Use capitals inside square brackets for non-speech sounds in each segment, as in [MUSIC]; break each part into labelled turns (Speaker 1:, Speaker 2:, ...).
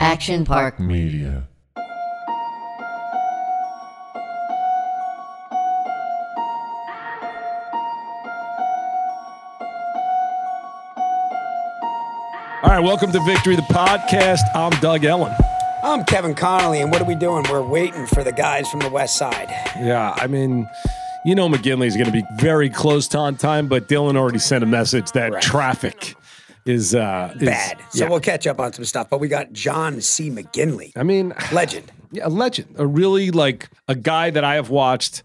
Speaker 1: Action Park.
Speaker 2: Media.
Speaker 3: All right, welcome to Victory the Podcast. I'm Doug Ellen.
Speaker 4: I'm Kevin Connolly, and what are we doing? We're waiting for the guys from the West Side.
Speaker 3: Yeah, I mean, you know McGinley's going to be very close to on time, but Dylan already sent a message that
Speaker 4: Right.
Speaker 3: traffic is, uh, is-
Speaker 4: Bad. So
Speaker 3: yeah.
Speaker 4: we'll catch up on some stuff. But we got John C. McGinley,
Speaker 3: I mean,
Speaker 4: legend.
Speaker 3: yeah, a legend, a really like a guy that I have watched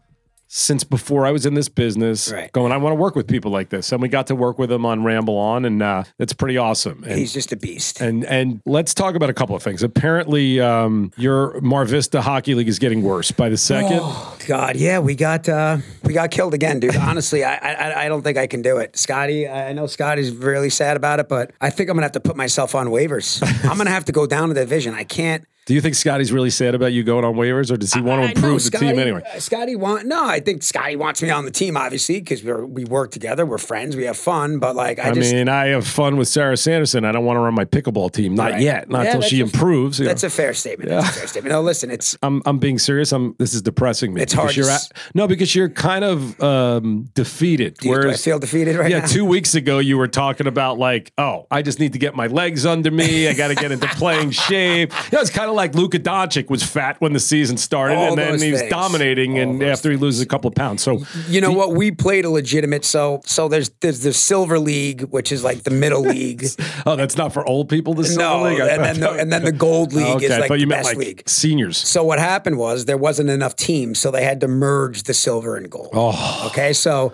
Speaker 3: since before I was in this business.
Speaker 4: Right.
Speaker 3: Going, I want to work with people like this, and we got to work with him on Ramble On, and uh, that's pretty awesome. And,
Speaker 4: He's just a beast.
Speaker 3: and and let's talk about a couple of things. Apparently, um, your Mar Vista Hockey League is getting worse by the second.
Speaker 4: Oh. God, yeah, we got uh, we got killed again, dude. Honestly, I, I I don't think I can do it. Scotty, I I know Scotty's really sad about it, but I think I'm gonna have to put myself
Speaker 3: [LAUGHS]
Speaker 4: on waivers. I'm gonna have to go down to the division. I can't.
Speaker 3: Do you think Scotty's really sad about you going on waivers, or does he want to
Speaker 4: I know
Speaker 3: improve the team
Speaker 4: Scotty-
Speaker 3: anyway?
Speaker 4: uh, Scotty want no. I think Scotty wants me on the team, obviously, because we we work together, we're friends, we have fun. But like, I,
Speaker 3: I
Speaker 4: just
Speaker 3: mean, I have fun with Sarah Sanderson. I don't want to run my pickleball team. Not
Speaker 4: Right.
Speaker 3: yet. Not
Speaker 4: Yeah,
Speaker 3: until
Speaker 4: that's
Speaker 3: she
Speaker 4: a-
Speaker 3: improves. you know.
Speaker 4: That's a fair statement. That's a fair statement. No, listen, it's
Speaker 3: I'm I'm being serious. I'm this is depressing me.
Speaker 4: It's
Speaker 3: because
Speaker 4: hard to
Speaker 3: You're
Speaker 4: s-
Speaker 3: at- no, because you're kind of um, defeated.
Speaker 4: do I feel defeated right
Speaker 3: yeah,
Speaker 4: now?
Speaker 3: two weeks ago you were talking about like, oh, I just need to get my legs under me. I got to get into
Speaker 4: [LAUGHS]
Speaker 3: playing shape. You know, it's kind of like Luka Doncic was fat when the season started,
Speaker 4: All
Speaker 3: and then
Speaker 4: those
Speaker 3: he was
Speaker 4: things.
Speaker 3: dominating, and after he loses a couple of pounds, so
Speaker 4: you know what? We played a legitimate. So so there's there's the silver league, which is like the
Speaker 3: [LAUGHS]
Speaker 4: middle league.
Speaker 3: oh, that's not for old people. This
Speaker 4: no,
Speaker 3: league? I thought-
Speaker 4: and
Speaker 3: Oh,
Speaker 4: then the, and then the gold league
Speaker 3: okay,
Speaker 4: is
Speaker 3: I
Speaker 4: like
Speaker 3: thought you
Speaker 4: the
Speaker 3: meant
Speaker 4: best
Speaker 3: like
Speaker 4: league.
Speaker 3: seniors.
Speaker 4: So what happened was there wasn't enough teams, so they had to merge the silver and gold.
Speaker 3: Oh.
Speaker 4: Okay, so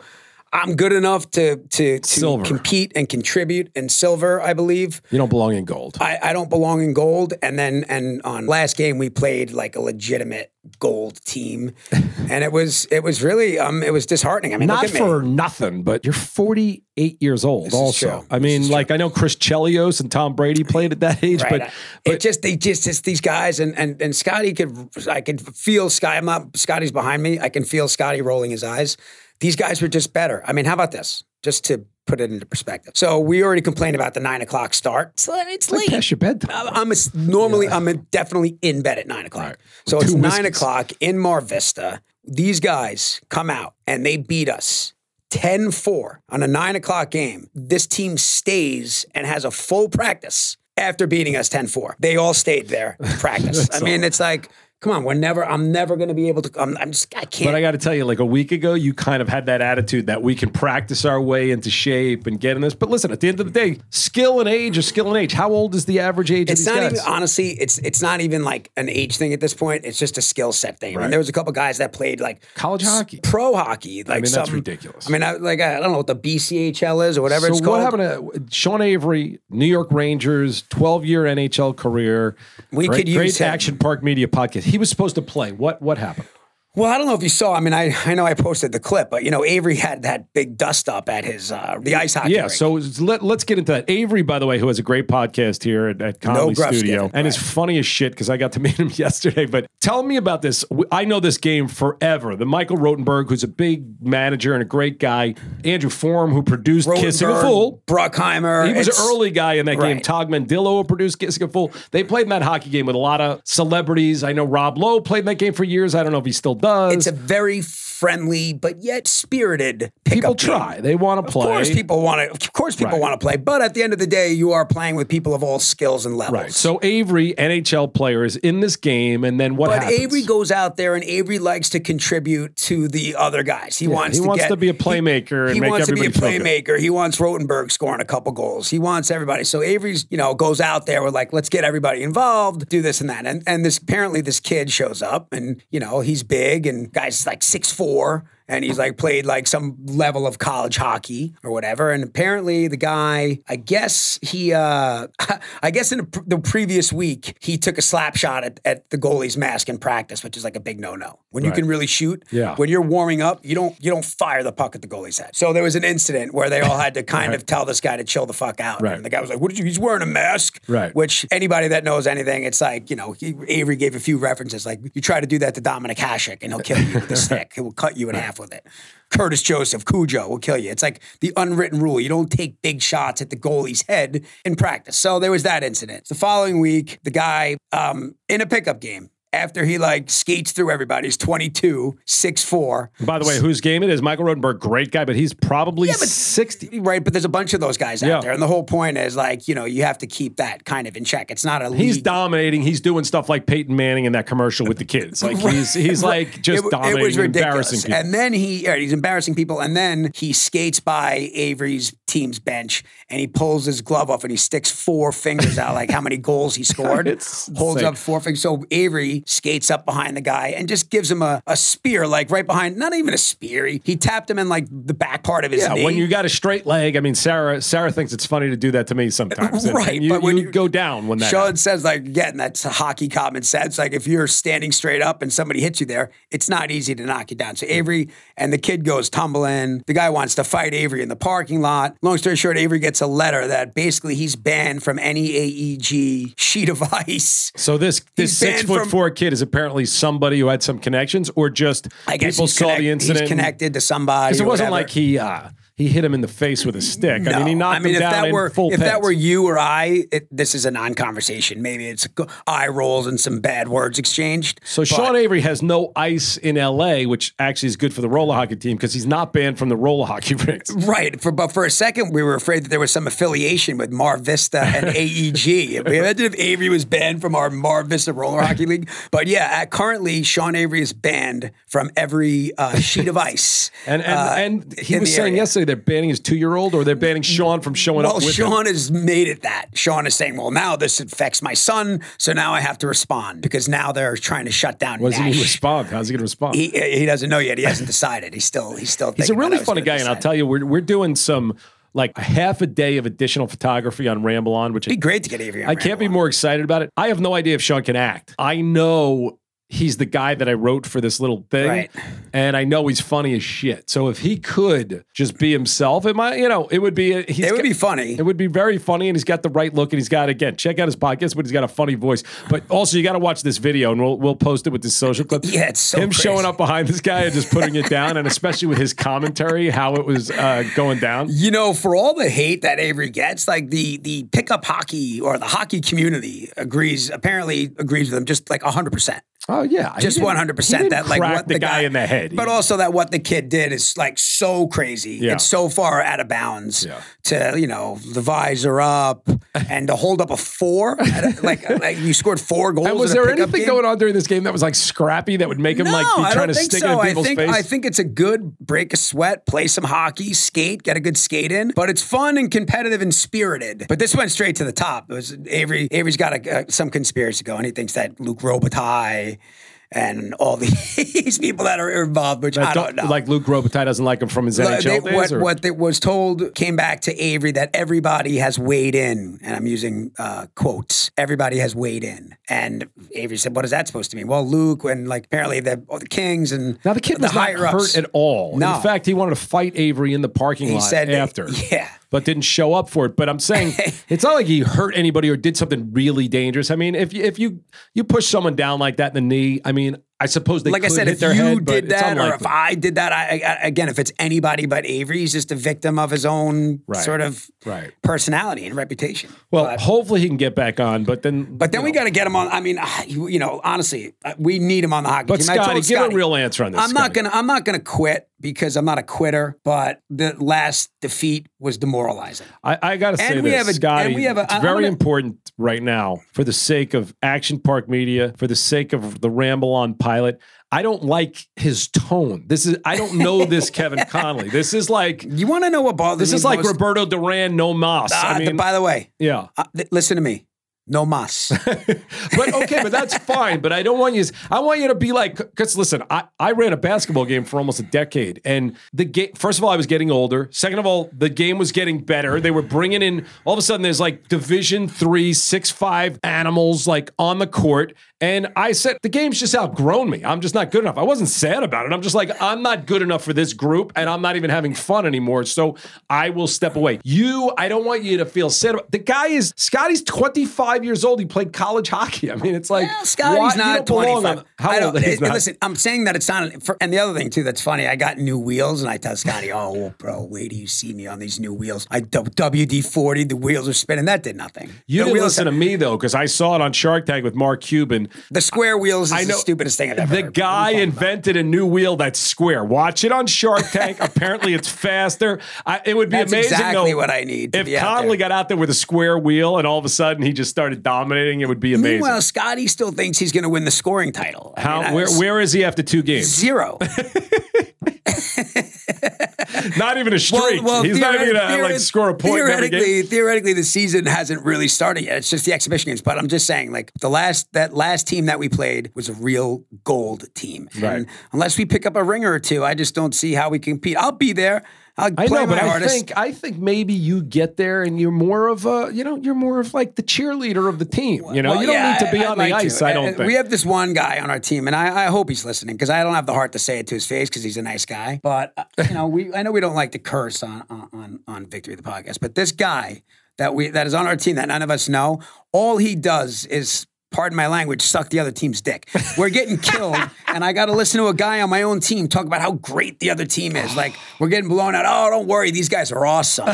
Speaker 4: I'm good enough to to, to
Speaker 3: Silver.
Speaker 4: compete and contribute in silver, I believe.
Speaker 3: You don't belong in gold.
Speaker 4: I, I don't belong in gold. And then and on last game we played like a legitimate gold
Speaker 3: [LAUGHS]
Speaker 4: team, and it was it was really um it was disheartening. I mean,
Speaker 3: Not
Speaker 4: look at
Speaker 3: for
Speaker 4: me.
Speaker 3: nothing, but you're 48 years old.
Speaker 4: is
Speaker 3: also,
Speaker 4: true.
Speaker 3: I mean, like I know Chris Chelios and Tom Brady played at that age,
Speaker 4: Right.
Speaker 3: but
Speaker 4: it just they just it's these guys and and and Scotty could I can feel Scotty. I'm not Scotty's behind me. I can feel Scotty rolling his eyes. These guys were just better. I mean, how about this? Just to put it into perspective. So we already complained about the nine o'clock start. So it's
Speaker 3: like
Speaker 4: late.
Speaker 3: past your bedtime.
Speaker 4: I'm I'm a, normally I'm a, definitely in bed at nine o'clock. So it's
Speaker 3: Two
Speaker 4: nine
Speaker 3: whiskeys.
Speaker 4: o'clock in Mar Vista. These guys come out and they beat us 10-4 on a nine o'clock game. This team stays and has a full practice after beating us 10-4. They all stayed there to
Speaker 3: [LAUGHS]
Speaker 4: practice. I mean, it's like, come on, we're never, I'm never going to be able to, I'm, I'm just, I can't.
Speaker 3: But I got to tell you, like a week ago, you kind of had that attitude that we can practice our way into shape and get in this. But listen, at the end of the day, skill and age is skill and age. How old is the average age
Speaker 4: It's
Speaker 3: of
Speaker 4: not
Speaker 3: these
Speaker 4: even
Speaker 3: guys?
Speaker 4: honestly. It's it's not even like an age thing at this point. It's just a skill set thing. I mean, there was a couple guys that played like
Speaker 3: College
Speaker 4: s-
Speaker 3: hockey.
Speaker 4: pro hockey. Like
Speaker 3: mean, that's
Speaker 4: some-
Speaker 3: ridiculous.
Speaker 4: I mean, I, like I don't know what the BCHL is or whatever
Speaker 3: so
Speaker 4: it's called.
Speaker 3: what happened to Sean Avery, New York Rangers, twelve-year NHL career?
Speaker 4: We
Speaker 3: great,
Speaker 4: could use
Speaker 3: great
Speaker 4: him.
Speaker 3: Action Park Media podcast. He was supposed to play. What what happened?
Speaker 4: Well, I don't know if you saw. I mean, I, I know I posted the clip, but you know, Avery had that big dust up at his uh, the ice hockey.
Speaker 3: Yeah,
Speaker 4: rink.
Speaker 3: so it's- let, let's get into that. Avery, by the way, who has a great podcast here at, at Comedy
Speaker 4: gruffs
Speaker 3: Studio,
Speaker 4: given,
Speaker 3: and is funny as shit because I got to [LAUGHS] meet him yesterday. But tell me about this. W- I know this game forever. The Michael Rotenberg, who's a big manager and a great guy, Andrew Form, who produced Kissing a
Speaker 4: Rotenberg,
Speaker 3: Fool.
Speaker 4: Bruckheimer.
Speaker 3: He was an
Speaker 4: it's-
Speaker 3: early guy in that game.
Speaker 4: Right.
Speaker 3: Todd Mandillo produced Kissing a Fool. They played in that hockey game with a lot of celebrities. I know Rob Lowe played in that game for years. I don't know if he still does.
Speaker 4: It's a very friendly but yet spirited.
Speaker 3: people
Speaker 4: Pickup game.
Speaker 3: try. They want to play.
Speaker 4: Of course, people want to. Of course, people
Speaker 3: Right.
Speaker 4: want to play. But at the end of the day, you are playing with people of all skills and levels.
Speaker 3: Right. So Avery, NHL player, is in this game, and then what
Speaker 4: But
Speaker 3: happens?
Speaker 4: Avery goes out there, and Avery likes to contribute to the other guys. He wants
Speaker 3: he
Speaker 4: to
Speaker 3: wants
Speaker 4: get-
Speaker 3: to be a playmaker and
Speaker 4: He, he
Speaker 3: make
Speaker 4: wants to be a
Speaker 3: everybody feel
Speaker 4: playmaker. He wants Rotenberg scoring a couple goals. He wants everybody. So Avery's, you know, goes out there with like, let's get everybody involved, do this and that. And and this apparently this kid shows up, and you know he's big, and guys like six four. And he's like played like some level of college hockey or whatever. And apparently the guy, I guess he, uh, [LAUGHS] I guess in the, pr- the previous week he took a slap shot at, at the goalie's mask in practice, which is like a big no no. When you can really shoot,
Speaker 3: Yeah.
Speaker 4: when you're warming up, you don't you don't fire the puck at the goalie's head. So there was an incident where they all had to kind of tell this guy to chill the fuck out.
Speaker 3: Right.
Speaker 4: And the guy was like, "What did you? He's wearing a mask."
Speaker 3: Right.
Speaker 4: Which anybody that knows anything, it's like you
Speaker 3: [LAUGHS]
Speaker 4: know, he, Avery gave a few references. Like you try to do that to Dominic Hasek, and he'll kill you with a stick. He will cut you in half half with it. Curtis Joseph, Cujo will kill you. It's like the unwritten rule. You don't take big shots at the goalie's head in practice. So there was that incident. The following week, the guy um, in a pickup game, after he like skates through everybody, he's 22, 6'4.
Speaker 3: By the way, whose game it is? Michael Rodenberg, great guy, but he's probably
Speaker 4: Yeah, but-
Speaker 3: 60.
Speaker 4: Right, but there's a bunch of those guys out
Speaker 3: Yeah.
Speaker 4: there. And the whole point is like, you know, you have to keep that kind of in check. It's not a league.
Speaker 3: He's dominating. He's doing stuff like Peyton Manning in that commercial with the kids. Like he's he's like just
Speaker 4: It-
Speaker 3: dominating,
Speaker 4: It was
Speaker 3: and
Speaker 4: ridiculous.
Speaker 3: embarrassing people.
Speaker 4: And then he, or he's embarrassing people, and then he skates by Avery's team's bench and he pulls his glove off and he sticks four fingers out, like how many
Speaker 3: [LAUGHS]
Speaker 4: goals he scored.
Speaker 3: It's
Speaker 4: holds
Speaker 3: insane.
Speaker 4: up four fingers. So Avery skates up behind the guy and just gives him a, a spear, like right behind. Not even a spear. He, he tapped him in like the back part of his
Speaker 3: Yeah,
Speaker 4: knee.
Speaker 3: when you got a straight leg, I mean, Sarah Sarah thinks it's funny to do that to me
Speaker 4: [LAUGHS]
Speaker 3: sometimes. And-
Speaker 4: Right,
Speaker 3: and you,
Speaker 4: but when
Speaker 3: you
Speaker 4: you-
Speaker 3: go down when that.
Speaker 4: Sean
Speaker 3: happens.
Speaker 4: says, like, again, that's a hockey common sense. Like, if you're standing straight up and somebody hits you there, it's not easy to knock you down. So Avery and the kid goes tumbling. The guy wants to fight Avery in the parking lot. Long story short, Avery gets a letter that basically he's banned from any AEG sheet of [LAUGHS] ice.
Speaker 3: So this this
Speaker 4: He's banned
Speaker 3: six foot
Speaker 4: from-
Speaker 3: four kid is apparently somebody who had some connections, or just
Speaker 4: I guess
Speaker 3: people
Speaker 4: he's
Speaker 3: saw
Speaker 4: connect-
Speaker 3: the incident.
Speaker 4: He's
Speaker 3: and-
Speaker 4: connected to somebody.
Speaker 3: Because it
Speaker 4: or
Speaker 3: wasn't
Speaker 4: whatever.
Speaker 3: like he uh, he hit him in the face with a stick. I mean, he
Speaker 4: No.
Speaker 3: knocked
Speaker 4: I mean,
Speaker 3: him
Speaker 4: if
Speaker 3: down
Speaker 4: that
Speaker 3: in
Speaker 4: were
Speaker 3: full
Speaker 4: if that
Speaker 3: pants.
Speaker 4: were you or I, it, this is a non-conversation. Maybe it's go- eye rolls and some bad words exchanged.
Speaker 3: So Sean Avery has no ice in LA, which actually is good for the roller hockey team because he's not banned from the roller hockey [LAUGHS] rinks.
Speaker 4: Right. For, but for a second, we were afraid that there was some affiliation with Mar
Speaker 3: [LAUGHS]
Speaker 4: Vista and AEG. We Imagine if Avery was banned from our Mar Vista Roller Hockey League. But yeah, at, currently, Sean Avery is banned from every uh, sheet of ice.
Speaker 3: [LAUGHS] And and,
Speaker 4: uh,
Speaker 3: and he
Speaker 4: in
Speaker 3: was
Speaker 4: the
Speaker 3: saying
Speaker 4: area.
Speaker 3: yesterday they're banning his two year old or they're banning Sean from showing
Speaker 4: Well,
Speaker 3: up with him.
Speaker 4: Sean has made it that. Sean is saying, well, now this affects my son. So now I have to respond because now they're trying to shut down
Speaker 3: Doesn't
Speaker 4: Nash.
Speaker 3: he respond? How's he going to respond?
Speaker 4: He, uh, he doesn't know yet. He hasn't decided. He's still, he's still
Speaker 3: He's a really funny guy, and I'll
Speaker 4: you.
Speaker 3: tell you, we're we're doing some like a half a day of additional photography on Ramble On, which I-
Speaker 4: It'd be great to get Avery on
Speaker 3: I can't
Speaker 4: Ramble
Speaker 3: be
Speaker 4: on.
Speaker 3: more excited about it. I have no idea if Sean can act. I know he's the guy that I wrote for this little thing,
Speaker 4: Right.
Speaker 3: and I know he's funny as shit. So if he could just be himself, it might you know it would be he's
Speaker 4: It would
Speaker 3: got-
Speaker 4: be funny.
Speaker 3: It would be very funny, and he's got the right look, and he's got again check out his podcast, but he's got a funny voice. But also, you got to watch this video, and we'll we'll post it with this social clip.
Speaker 4: Yeah, it's [LAUGHS] so
Speaker 3: him
Speaker 4: crazy.
Speaker 3: showing up behind this guy and just putting it down, and especially with his commentary, how it was uh, going down.
Speaker 4: You know, for all the hate that Avery gets, like the the pickup hockey or the hockey community agrees, apparently agrees with him just like 100%.
Speaker 3: Oh yeah, He
Speaker 4: Just
Speaker 3: didn't-
Speaker 4: one hundred
Speaker 3: he
Speaker 4: percent.
Speaker 3: didn't
Speaker 4: That like
Speaker 3: crack
Speaker 4: what
Speaker 3: the, guy, in the head,
Speaker 4: but also that what the kid did is like so crazy.
Speaker 3: Yeah.
Speaker 4: It's so far out of bounds
Speaker 3: Yeah.
Speaker 4: to you know the
Speaker 3: [LAUGHS]
Speaker 4: visor up and to hold up a four, at a- like like you scored four goals.
Speaker 3: And was
Speaker 4: in a
Speaker 3: there
Speaker 4: pickup
Speaker 3: anything
Speaker 4: game?
Speaker 3: going on during this game that was like scrappy that would make him
Speaker 4: no,
Speaker 3: like be trying
Speaker 4: I don't
Speaker 3: to
Speaker 4: think
Speaker 3: stick
Speaker 4: so.
Speaker 3: it in
Speaker 4: I
Speaker 3: people's
Speaker 4: think
Speaker 3: face?
Speaker 4: I think it's a good break a sweat, play some hockey, skate, get a good skate in. But it's fun and competitive and spirited. But this went straight to the top. It was Avery. Avery's got a, uh, some conspiracy going. He thinks that Luke Robitaille and all [LAUGHS] these people that are involved, which I don't
Speaker 3: Don't-
Speaker 4: know.
Speaker 3: Like Luke Robitaille doesn't like him from his
Speaker 4: But
Speaker 3: NHL
Speaker 4: they-
Speaker 3: days.
Speaker 4: what,
Speaker 3: or-
Speaker 4: what that was told came back to Avery that everybody has weighed in, and I'm using uh, quotes. Everybody has weighed in, and Avery said, "What is that supposed to mean?" Well, Luke and like apparently the, oh, the Kings and
Speaker 3: now the kid was not
Speaker 4: higher-ups.
Speaker 3: hurt at all.
Speaker 4: No.
Speaker 3: In fact, he wanted to fight Avery in the parking
Speaker 4: He
Speaker 3: lot
Speaker 4: said that-
Speaker 3: after.
Speaker 4: yeah.
Speaker 3: But didn't show up for it. But I'm
Speaker 4: [LAUGHS]
Speaker 3: saying it's not like he hurt anybody or did something really dangerous. I mean, if you, if you you push someone down like that in the knee, I mean, I suppose they
Speaker 4: Like I
Speaker 3: could
Speaker 4: said,
Speaker 3: hit
Speaker 4: if
Speaker 3: their
Speaker 4: you
Speaker 3: head, but
Speaker 4: did
Speaker 3: it's
Speaker 4: that, or if
Speaker 3: unlikely.
Speaker 4: I did that, I, I again, if it's anybody but Avery, he's just a victim of his own
Speaker 3: Right.
Speaker 4: sort of
Speaker 3: Right.
Speaker 4: personality and reputation.
Speaker 3: well, hopefully he can get back on. But then,
Speaker 4: But then we got to get him on. I mean, [SIGHS] ah, you, you know, honestly, uh, we need him on the hockey
Speaker 3: But
Speaker 4: team. I told
Speaker 3: Scotty, give a
Speaker 4: Scotty,
Speaker 3: real answer on this.
Speaker 4: I'm not
Speaker 3: Scotty.
Speaker 4: gonna. I'm not gonna quit because I'm not a quitter. But the last defeat was demoralizing.
Speaker 3: I, I gotta say
Speaker 4: And we
Speaker 3: this,
Speaker 4: have a-
Speaker 3: Scotty.
Speaker 4: and we have a-
Speaker 3: it's
Speaker 4: I- I'm
Speaker 3: very
Speaker 4: gonna-
Speaker 3: important right now for the sake of Action Park Media, for the sake of the Ramble on pilot. I don't like his tone. This is I don't know
Speaker 4: [LAUGHS]
Speaker 3: this Kevin Connolly. This is like
Speaker 4: You want to know what bothers
Speaker 3: this
Speaker 4: me?
Speaker 3: is like
Speaker 4: most?
Speaker 3: Roberto Duran, no mas.
Speaker 4: Ah,
Speaker 3: I
Speaker 4: th-
Speaker 3: mean,
Speaker 4: by the way,
Speaker 3: yeah,
Speaker 4: uh, th- listen to me.
Speaker 3: [LAUGHS]
Speaker 4: No mas.
Speaker 3: but okay, but that's fine. But I don't want you. I want you to be like, because listen, I, I ran a basketball game for almost a decade, and the game. First of all, I was getting older. Second of all, the game was getting better. They were bringing in all of a sudden. There's like Division three, six five animals like on the court, and I said the game's just outgrown me. I'm just not good enough. I wasn't sad about it. I'm just like I'm not good enough for this group, and I'm not even having fun anymore. So I will step away. You, I don't want you to feel sad. About, the guy is Scotty's 25 25 years old. He played college hockey. [LAUGHS] I mean, it's like
Speaker 4: Well, Scotty's
Speaker 3: why- you
Speaker 4: not
Speaker 3: don't belong
Speaker 4: 25.
Speaker 3: on- How old
Speaker 4: I
Speaker 3: he's
Speaker 4: he's
Speaker 3: not.
Speaker 4: Listen, I'm saying that it's not. For, and the other thing too that's funny, I got new wheels, and I tell Scotty, "Oh, well, bro, wait till you see me on these new wheels." I WD forty, the wheels are spinning. That did nothing.
Speaker 3: you
Speaker 4: the
Speaker 3: didn't
Speaker 4: wheels,
Speaker 3: listen to me though, because I saw it on Shark Tank with Mark Cuban.
Speaker 4: the square wheels is
Speaker 3: know.
Speaker 4: the stupidest thing I've ever.
Speaker 3: The
Speaker 4: heard.
Speaker 3: guy invented a new wheel that's square. Watch it on Shark
Speaker 4: [LAUGHS]
Speaker 3: Tank. Apparently, it's faster. I, it would be
Speaker 4: That's
Speaker 3: amazing
Speaker 4: exactly
Speaker 3: though,
Speaker 4: what I need to
Speaker 3: if
Speaker 4: be out
Speaker 3: Conley
Speaker 4: there.
Speaker 3: got out there with a square wheel and all of a sudden he just started dominating, it would be amazing.
Speaker 4: Meanwhile, Scotty still thinks he's going to win the scoring title. I
Speaker 3: How,
Speaker 4: mean, I-
Speaker 3: where, where is he after two
Speaker 4: [LAUGHS]
Speaker 3: games? [LAUGHS]
Speaker 4: Zero.
Speaker 3: Not even a streak. He's not even gonna
Speaker 4: theoret-
Speaker 3: like
Speaker 4: theoret-
Speaker 3: score a point in every
Speaker 4: Theoretically,
Speaker 3: game.
Speaker 4: theoretically, the season hasn't really started yet. It's just the exhibition games. But I'm just saying, like the last that last team that we played was a real gold team.
Speaker 3: Right.
Speaker 4: And unless we pick up a ringer or two, I just don't see how we compete. I'll be there. I'll
Speaker 3: I
Speaker 4: play
Speaker 3: know,
Speaker 4: my
Speaker 3: but I
Speaker 4: hardest.
Speaker 3: think I think maybe you get there and you're more of a you know you're more of like the cheerleader of the team. You know
Speaker 4: Well,
Speaker 3: you don't
Speaker 4: yeah,
Speaker 3: need to be
Speaker 4: I- I'd
Speaker 3: on
Speaker 4: like
Speaker 3: the
Speaker 4: to.
Speaker 3: ice. I
Speaker 4: Uh,
Speaker 3: don't think.
Speaker 4: We have this one guy on our team, and I, I hope he's listening because I don't have the heart to say it to his face because he's a nice guy. But uh, you know, we I know we don't like to curse on on- on on Victory the podcast, but this guy that we that is on our team that none of us know, all he does is. Pardon my language, suck the other team's dick. We're
Speaker 3: [LAUGHS]
Speaker 4: getting killed, and I got to listen to a guy on my own team talk about how great the other team is. Like, we're getting blown out. Oh, don't worry. These guys are awesome.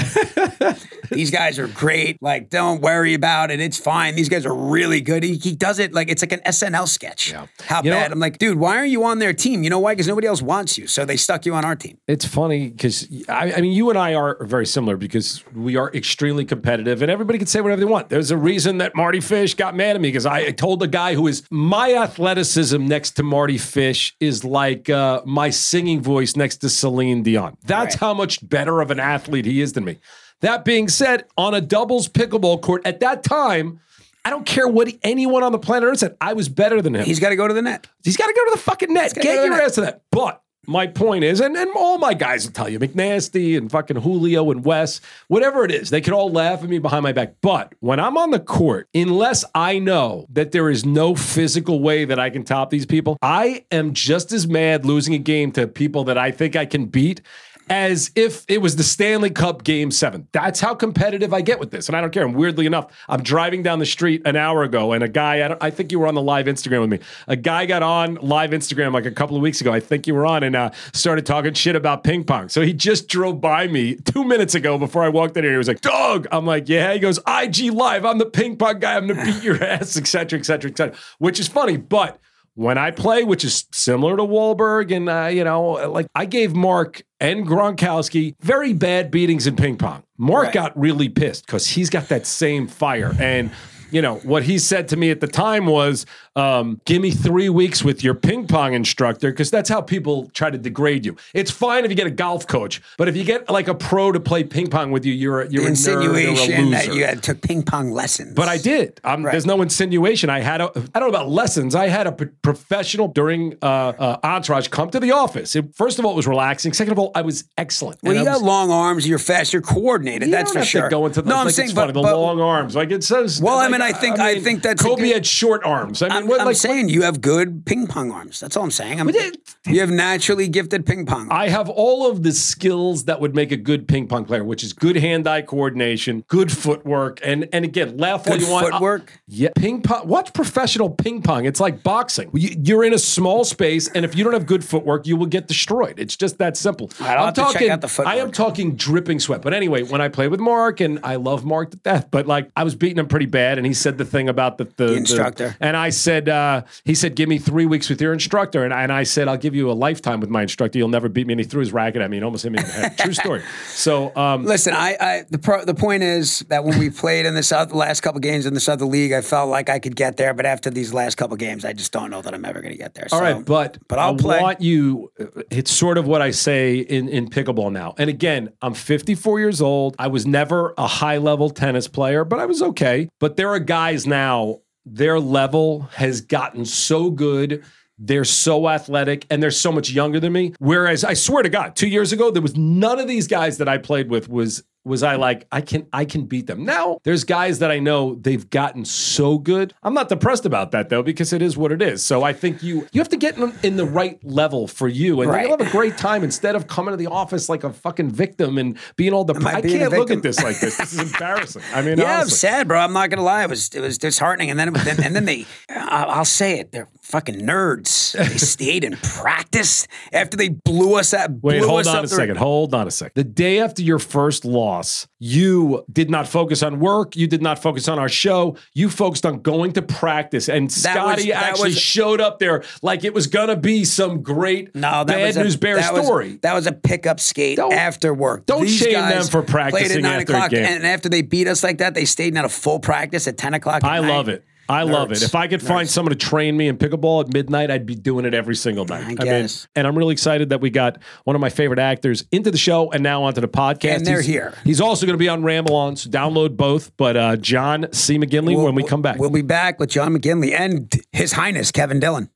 Speaker 4: These guys are great. Like, don't worry about it. It's fine. These guys are really good. He, he does it like it's like an SNL sketch. How
Speaker 3: You know-
Speaker 4: bad? I'm like, dude, why are you on their team? You know why? Because nobody else wants you. So they stuck you on our team.
Speaker 3: It's funny because I, I mean, you and I are very similar because we are extremely competitive, and everybody can say whatever they want. There's a reason that Marty Fish got mad at me because I told the guy who is my athleticism next to Marty Fish is like uh, my singing voice next to Celine Dion. That's how much better of an athlete he is than me. That being said, on a doubles pickleball court at that time, I don't care what anyone on the planet Earth said, I was better than him.
Speaker 4: He's got to go to the net.
Speaker 3: He's got to go to the fucking net.
Speaker 4: go to
Speaker 3: Get
Speaker 4: the
Speaker 3: your
Speaker 4: net.
Speaker 3: ass to that. But my point is, and, and all my guys will tell you, McNasty and fucking Julio and Wes, whatever it is, they can all laugh at me behind my back. But when I'm on the court, unless I know that there is no physical way that I can top these people, I am just as mad losing a game to people that I think I can beat as if it was the Stanley Cup Game Seven. That's how competitive I get with this, and I don't care. And weirdly enough, I'm driving down the street an hour ago, and a guy. I, don't, I think you were on the live Instagram with me. A guy got on live Instagram like a couple of weeks ago. I think you were on and uh, started talking shit about ping pong. So he just drove by me two minutes ago before I walked in here. He was like, "Dog," I'm like, "Yeah." He goes, "IG live. I'm the ping pong guy. I'm gonna beat your [LAUGHS] ass, etc., etc., etc." Which is funny, but when I play, which is similar to Wahlberg, and uh, you know, like I gave Mark and Gronkowski very bad beatings in ping pong. Mark
Speaker 4: Right.
Speaker 3: got really pissed because he's got that same fire and. You know, what he said to me at the time was, um, give me three weeks with your ping pong instructor, because that's how people try to degrade you. It's fine if you get a golf coach, but if you get like a pro to play ping pong with you, you're a, you're a nerd or a
Speaker 4: Insinuation that
Speaker 3: loser.
Speaker 4: you had took ping pong lessons.
Speaker 3: But I did. Um, There's no insinuation. I had a. I don't know about lessons. I had a p- professional during uh, uh, Entourage come to the office. It, first of all, it was relaxing. Second of all, I was excellent.
Speaker 4: Well,
Speaker 3: And
Speaker 4: you
Speaker 3: I was-
Speaker 4: got long arms. You're fast. You're coordinated.
Speaker 3: you
Speaker 4: that's
Speaker 3: don't
Speaker 4: for
Speaker 3: have
Speaker 4: sure.
Speaker 3: To go into the,
Speaker 4: no, I'm
Speaker 3: like,
Speaker 4: saying,
Speaker 3: it's
Speaker 4: but,
Speaker 3: funny, the
Speaker 4: but
Speaker 3: long arms. Like it says.
Speaker 4: Well, I
Speaker 3: like,
Speaker 4: mean, I think- I think that's a
Speaker 3: Kobe
Speaker 4: good-
Speaker 3: had short arms. I mean,
Speaker 4: I'm,
Speaker 3: what,
Speaker 4: I'm
Speaker 3: like
Speaker 4: saying you have good ping pong arms. That's all I'm saying. I'm,
Speaker 3: did-
Speaker 4: you have naturally gifted ping pong.
Speaker 3: I have all of the skills that would make a good ping pong player, which is good hand-eye coordination, good footwork, and and again, laugh all
Speaker 4: good
Speaker 3: you want. I-
Speaker 4: footwork.
Speaker 3: Yeah, ping pong. Watch professional ping pong. It's like boxing. You- You're in a small space, and if you don't have good footwork, you will get destroyed. It's just that simple.
Speaker 4: right, I'll have to check out the footwork.
Speaker 3: I am talking dripping sweat. But anyway, when I played with Mark, and I love Mark to death, but like I was beating him pretty bad, and he said the thing about the, the, the-
Speaker 4: instructor.
Speaker 3: and I said, uh, he said, give me three weeks with your instructor, and I, and I said, I'll give you a lifetime with my instructor. You'll never beat me. And he threw his racket at me and almost hit me in the head. True
Speaker 4: [LAUGHS]
Speaker 3: story. So um,
Speaker 4: Listen, I, I the pro, the point is that when we played in this other, last couple games in this other league, I felt like I could get there, but after these last couple games, I just don't know that I'm ever going to get there.
Speaker 3: All right, but
Speaker 4: but I'll
Speaker 3: I
Speaker 4: play.
Speaker 3: want you. uh, It's sort of what I say in in pickleball now. And again, I'm 54 years old. I was never a high level tennis player, but I was okay. But there are guys now. Their level has gotten so good. They're so athletic and they're so much younger than me. Whereas I swear to God, two years ago, there was none of these guys that I played with was was I like, I can I can beat them. Now there's guys that I know they've gotten so good. I'm not depressed about that though, because it is what it is. So I think you you have to get in, in the right level for you and
Speaker 4: Right.
Speaker 3: you'll have a great time instead of coming to the office like a fucking victim and being all depressed.
Speaker 4: I
Speaker 3: I,
Speaker 4: being a
Speaker 3: can't look
Speaker 4: victim?
Speaker 3: at this like this. This is embarrassing. I
Speaker 4: [LAUGHS]
Speaker 3: mean,
Speaker 4: Yeah, I'm
Speaker 3: honestly.
Speaker 4: sad, bro. I'm not gonna lie. It was it was disheartening, and then it, then, and then they, [LAUGHS] I- I'll say it, they're fucking nerds.
Speaker 3: [LAUGHS]
Speaker 4: They stayed and practiced after they blew us out.
Speaker 3: Wait,
Speaker 4: blew
Speaker 3: hold
Speaker 4: us
Speaker 3: on
Speaker 4: up
Speaker 3: a
Speaker 4: the-
Speaker 3: second. Hold on a second. The day after your first loss, you did not focus on work. You did not focus on our show. You focused on going to practice. And Scotty
Speaker 4: that
Speaker 3: actually
Speaker 4: was-
Speaker 3: showed up there like it was going to be some great
Speaker 4: No, that
Speaker 3: bad
Speaker 4: was a,
Speaker 3: news bear
Speaker 4: that was-
Speaker 3: story.
Speaker 4: that was a pickup skate
Speaker 3: Don't-
Speaker 4: after work.
Speaker 3: don't
Speaker 4: These
Speaker 3: shame
Speaker 4: guys
Speaker 3: them for
Speaker 4: Played
Speaker 3: practicing
Speaker 4: at nine
Speaker 3: after a
Speaker 4: o'clock,
Speaker 3: game.
Speaker 4: and after they beat us like that, they stayed in at a full practice at ten o'clock. at
Speaker 3: I
Speaker 4: night.
Speaker 3: love it. I love it.
Speaker 4: Nerds.
Speaker 3: If I could find
Speaker 4: Nerds.
Speaker 3: someone to train me in pickleball at midnight, I'd be doing it every single night. mean,
Speaker 4: guess.
Speaker 3: and I'm really excited that we got one of my favorite actors into the show and now onto the podcast.
Speaker 4: And they're
Speaker 3: He's-
Speaker 4: here.
Speaker 3: He's also going to be on Ramble On, so download both. But uh, John C. McGinley, when we come back.
Speaker 4: we'll be back with John McGinley and His Highness Kevin Dillon.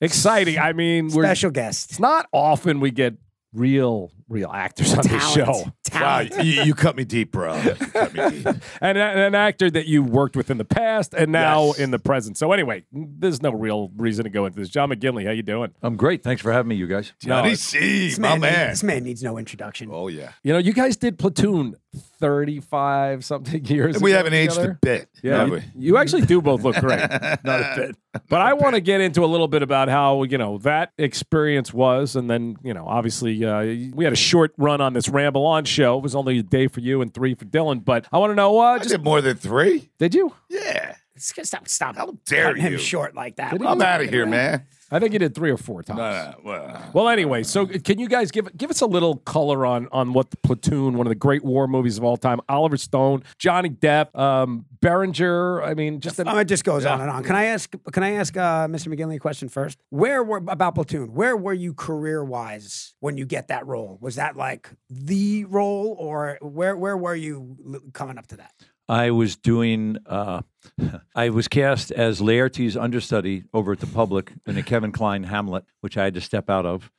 Speaker 3: Exciting. I mean, we're,
Speaker 1: Special guest.
Speaker 3: it's not often we get real, real actors on this
Speaker 4: Talent.
Speaker 3: show.
Speaker 2: Wow,
Speaker 4: Talent.
Speaker 2: you, you cut me deep, [LAUGHS] bro. You cut me deep.
Speaker 3: and a- an actor that you worked with in the past and now
Speaker 2: Yes.
Speaker 3: in the present. So anyway, there's no real reason to go into this. John McGinley, how you doing?
Speaker 5: I'm great. Thanks for having me, you guys.
Speaker 2: Johnny C,
Speaker 1: This
Speaker 2: my
Speaker 1: man,
Speaker 2: man.
Speaker 1: This man needs no introduction.
Speaker 2: Oh yeah,
Speaker 3: You know, you guys did Platoon 35 something [LAUGHS] years
Speaker 2: and we
Speaker 3: ago
Speaker 2: haven't aged
Speaker 3: together.
Speaker 2: a bit.
Speaker 3: Yeah,
Speaker 2: have
Speaker 3: you,
Speaker 2: we?
Speaker 3: you actually do both look
Speaker 2: [LAUGHS]
Speaker 3: great. Not a bit. But I want to get into a little bit about how, you know, that experience was. And then, you know, obviously uh, we had a short run on this Ramble On show. It was only a day for you and three for Dylan. But I want to know, uh,
Speaker 2: I
Speaker 3: just,
Speaker 2: did more than three.
Speaker 3: did you?
Speaker 2: Yeah,
Speaker 4: Stop! Stop! How
Speaker 2: dare
Speaker 4: cutting him
Speaker 2: you.
Speaker 4: short like that?
Speaker 2: I'm out of here, man.
Speaker 3: I think you did three or four times.
Speaker 2: Uh, well,
Speaker 3: Well, anyway, so can you guys give give us a little color on on what the Platoon, one of the great war movies of all time, Oliver Stone, Johnny Depp, um, Berenger. I mean, just an,
Speaker 1: Oh, it just goes on and on. Can I ask? Can I ask uh, Mr. McGinley a question first? Where were about platoon? Where were you career wise when you get that role? Was that like the role, or where where were you l- coming up to that?
Speaker 5: I was doing. Uh, [LAUGHS] I was cast as Laertes' understudy over at the Public in a Kevin Klein Hamlet, which I had to step out of.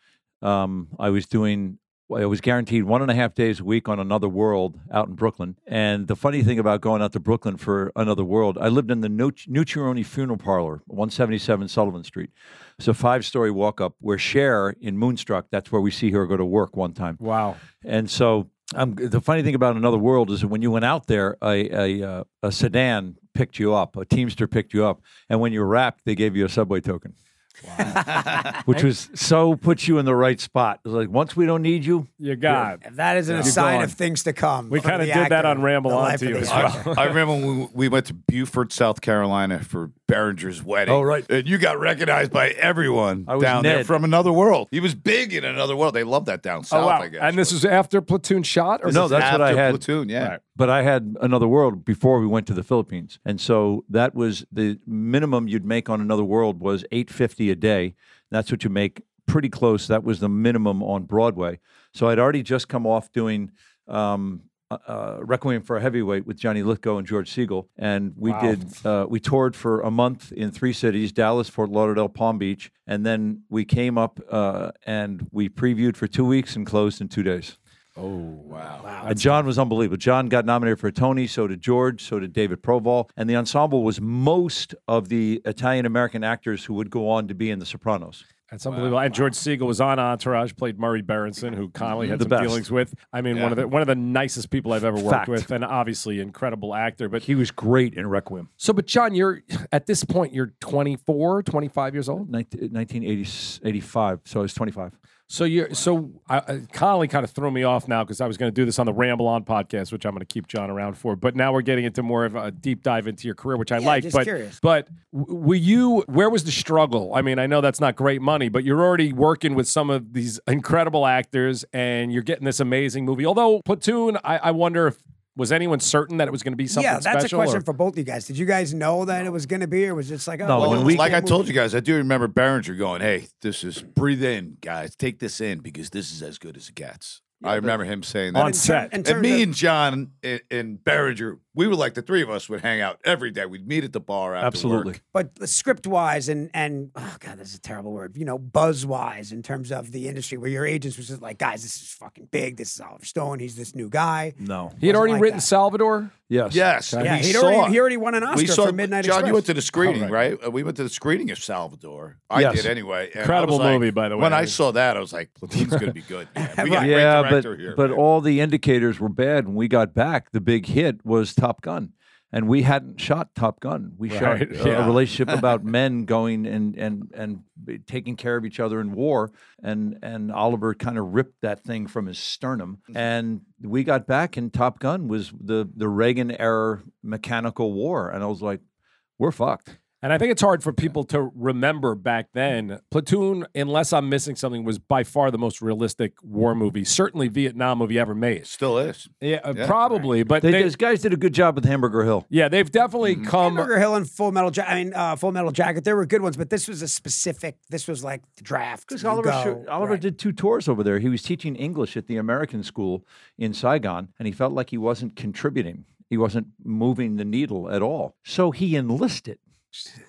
Speaker 5: Um, I was doing. I was guaranteed one and a half days a week on Another World out in Brooklyn. And the funny thing about going out to Brooklyn for Another World, I lived in the New Nucciarone Funeral Parlor, 177 Sullivan Street. It's a five story walk up where Cher in Moonstruck, that's where we see her go to work one time.
Speaker 3: wow.
Speaker 5: And so, um, the funny thing about Another World is that when you went out there, a, a, uh, a sedan picked you up, a Teamster picked you up, and when you wrapped, they gave you a subway token. Which was so puts you in the right spot. It was like once we don't need you,
Speaker 3: You got.
Speaker 1: If that isn't a sign of things to come,
Speaker 3: We
Speaker 1: for
Speaker 3: kinda
Speaker 1: the
Speaker 3: did that
Speaker 1: actor,
Speaker 3: on Ramble
Speaker 1: the
Speaker 3: On
Speaker 1: life
Speaker 3: to
Speaker 1: of
Speaker 3: you
Speaker 1: the
Speaker 3: as
Speaker 1: actor.
Speaker 3: well.
Speaker 2: I, I remember when we- we went to Beaufort, South Carolina for Behringer's wedding.
Speaker 5: Oh, right.
Speaker 2: And you got recognized by everyone
Speaker 5: I was
Speaker 2: down there
Speaker 5: Ned.
Speaker 2: from another world. He was big in another world. They love that down south,
Speaker 3: Oh wow!
Speaker 2: I guess.
Speaker 3: And this was after Platoon shot, or
Speaker 5: No,
Speaker 3: was it-
Speaker 5: that's what I
Speaker 2: After
Speaker 5: had.
Speaker 2: Platoon, yeah.
Speaker 3: Right.
Speaker 5: but I had Another World before we went to the Philippines, and so that was the minimum you'd make on Another World was eight fifty a day. That's what you make pretty close. That was the minimum on Broadway. So I'd already just come off doing um, uh, uh, Requiem for a Heavyweight with Johnny Lithgow and George Siegel, and we did uh, we toured for a month in three cities: Dallas, Fort Lauderdale, Palm Beach, and then we came up uh, and we previewed for two weeks and closed in two days. And Uh, John was unbelievable. John got nominated for a Tony, so did George, so did David Proval. And the ensemble was most of the Italian American actors who would go on to be in The Sopranos.
Speaker 3: that's unbelievable. And George Siegel was on Entourage, played Murray Berenson, who Connolly had
Speaker 5: The
Speaker 3: some
Speaker 5: best.
Speaker 3: dealings with. I mean, one of the one of the nicest people I've ever worked
Speaker 5: Fact.
Speaker 3: with, and obviously incredible actor. But
Speaker 5: He was great in Requiem.
Speaker 3: so, but John, you're at this point, you're 24, 25 years old.
Speaker 5: 19, 1985, so I was 25.
Speaker 3: So you're so I, I- Connolly kind of threw me off now because I was going to do this on the Ramble On podcast, which I'm going to keep John around for. But now we're getting into more of a deep dive into your career, which I like.
Speaker 1: just
Speaker 3: but
Speaker 1: curious.
Speaker 3: but w- were you? Where was the struggle? I mean, I know that's not great money, but you're already working with some of these incredible actors, and you're getting this amazing movie. Although Platoon, I, I wonder if was anyone certain that it was going to be something
Speaker 1: Yeah, that's a
Speaker 3: special. or-
Speaker 1: question for both you guys. Did you guys know that it was going to be, or was it just like, oh,
Speaker 5: No,
Speaker 1: well,
Speaker 5: when
Speaker 1: it's
Speaker 5: we-
Speaker 1: a
Speaker 2: like I
Speaker 1: movie?
Speaker 2: told you guys, I do remember Behringer going, "Hey, this is breathe in, guys. Take this in because this is as good as it gets." I remember him saying that.
Speaker 3: on set.
Speaker 1: In
Speaker 2: and
Speaker 1: terms
Speaker 2: me
Speaker 1: of-
Speaker 2: and John and, and Behringer, we were like the three of us would hang out every day. We'd meet at the bar after
Speaker 5: Absolutely.
Speaker 2: work.
Speaker 1: but script wise and and oh god, that's a terrible word. You know, buzz wise in terms of the industry where your agents was just like, guys, this is fucking big. This is Oliver Stone. He's this new guy.
Speaker 5: No.
Speaker 3: He
Speaker 1: Wasn't
Speaker 3: had already
Speaker 1: like
Speaker 3: written
Speaker 1: that.
Speaker 3: Salvador.
Speaker 5: Yes.
Speaker 2: Yes, and
Speaker 1: Yeah,
Speaker 2: we
Speaker 1: he'd
Speaker 2: saw
Speaker 1: already-
Speaker 2: it.
Speaker 1: he already won an
Speaker 2: we
Speaker 1: Oscar
Speaker 2: saw
Speaker 1: for Midnight
Speaker 2: John, you
Speaker 1: Express.
Speaker 2: went to the screening,
Speaker 5: All
Speaker 2: right? Uh, We went to the screening of Salvador. I
Speaker 5: Yes.
Speaker 2: did anyway. and I
Speaker 3: Incredible
Speaker 2: was like-
Speaker 3: movie, by the way.
Speaker 2: When I saw that, I was like, "Platoon's going to be good." Man. We [LAUGHS] got a great
Speaker 5: yeah,
Speaker 2: director
Speaker 5: but
Speaker 2: here.
Speaker 5: but
Speaker 2: man."
Speaker 5: all the indicators were bad. When we got back, the big hit was Top Gun, and we hadn't shot Top Gun. We shot
Speaker 3: Right,
Speaker 5: uh, a relationship about men going and and and be- taking care of each other in war, and and Oliver kind of ripped that thing from his sternum, and we got back, and Top Gun was the the Reagan era mechanical war, and I was like, we're fucked.
Speaker 3: And I think it's hard for people to remember back then. Platoon, unless I'm missing something, was by far the most realistic war
Speaker 5: Mm-hmm.
Speaker 3: movie, certainly Vietnam movie ever made.
Speaker 2: still is.
Speaker 3: Yeah, uh,
Speaker 2: Yeah.
Speaker 3: probably. But
Speaker 5: They, Mm-hmm.
Speaker 3: they,
Speaker 5: those guys did a good job with Hamburger Hill.
Speaker 3: yeah, they've definitely come.
Speaker 1: Hamburger Hill and Full Metal Jacket. I mean, uh, Full Metal Jacket. There were good ones, but this was a specific. This was like the draft.
Speaker 5: Because
Speaker 1: You
Speaker 5: Oliver,
Speaker 1: go,
Speaker 5: sho- Oliver
Speaker 1: right.
Speaker 5: did two tours over there. He was teaching English at the American school in Saigon, and he felt like he wasn't contributing. He wasn't moving the needle at all. So he enlisted.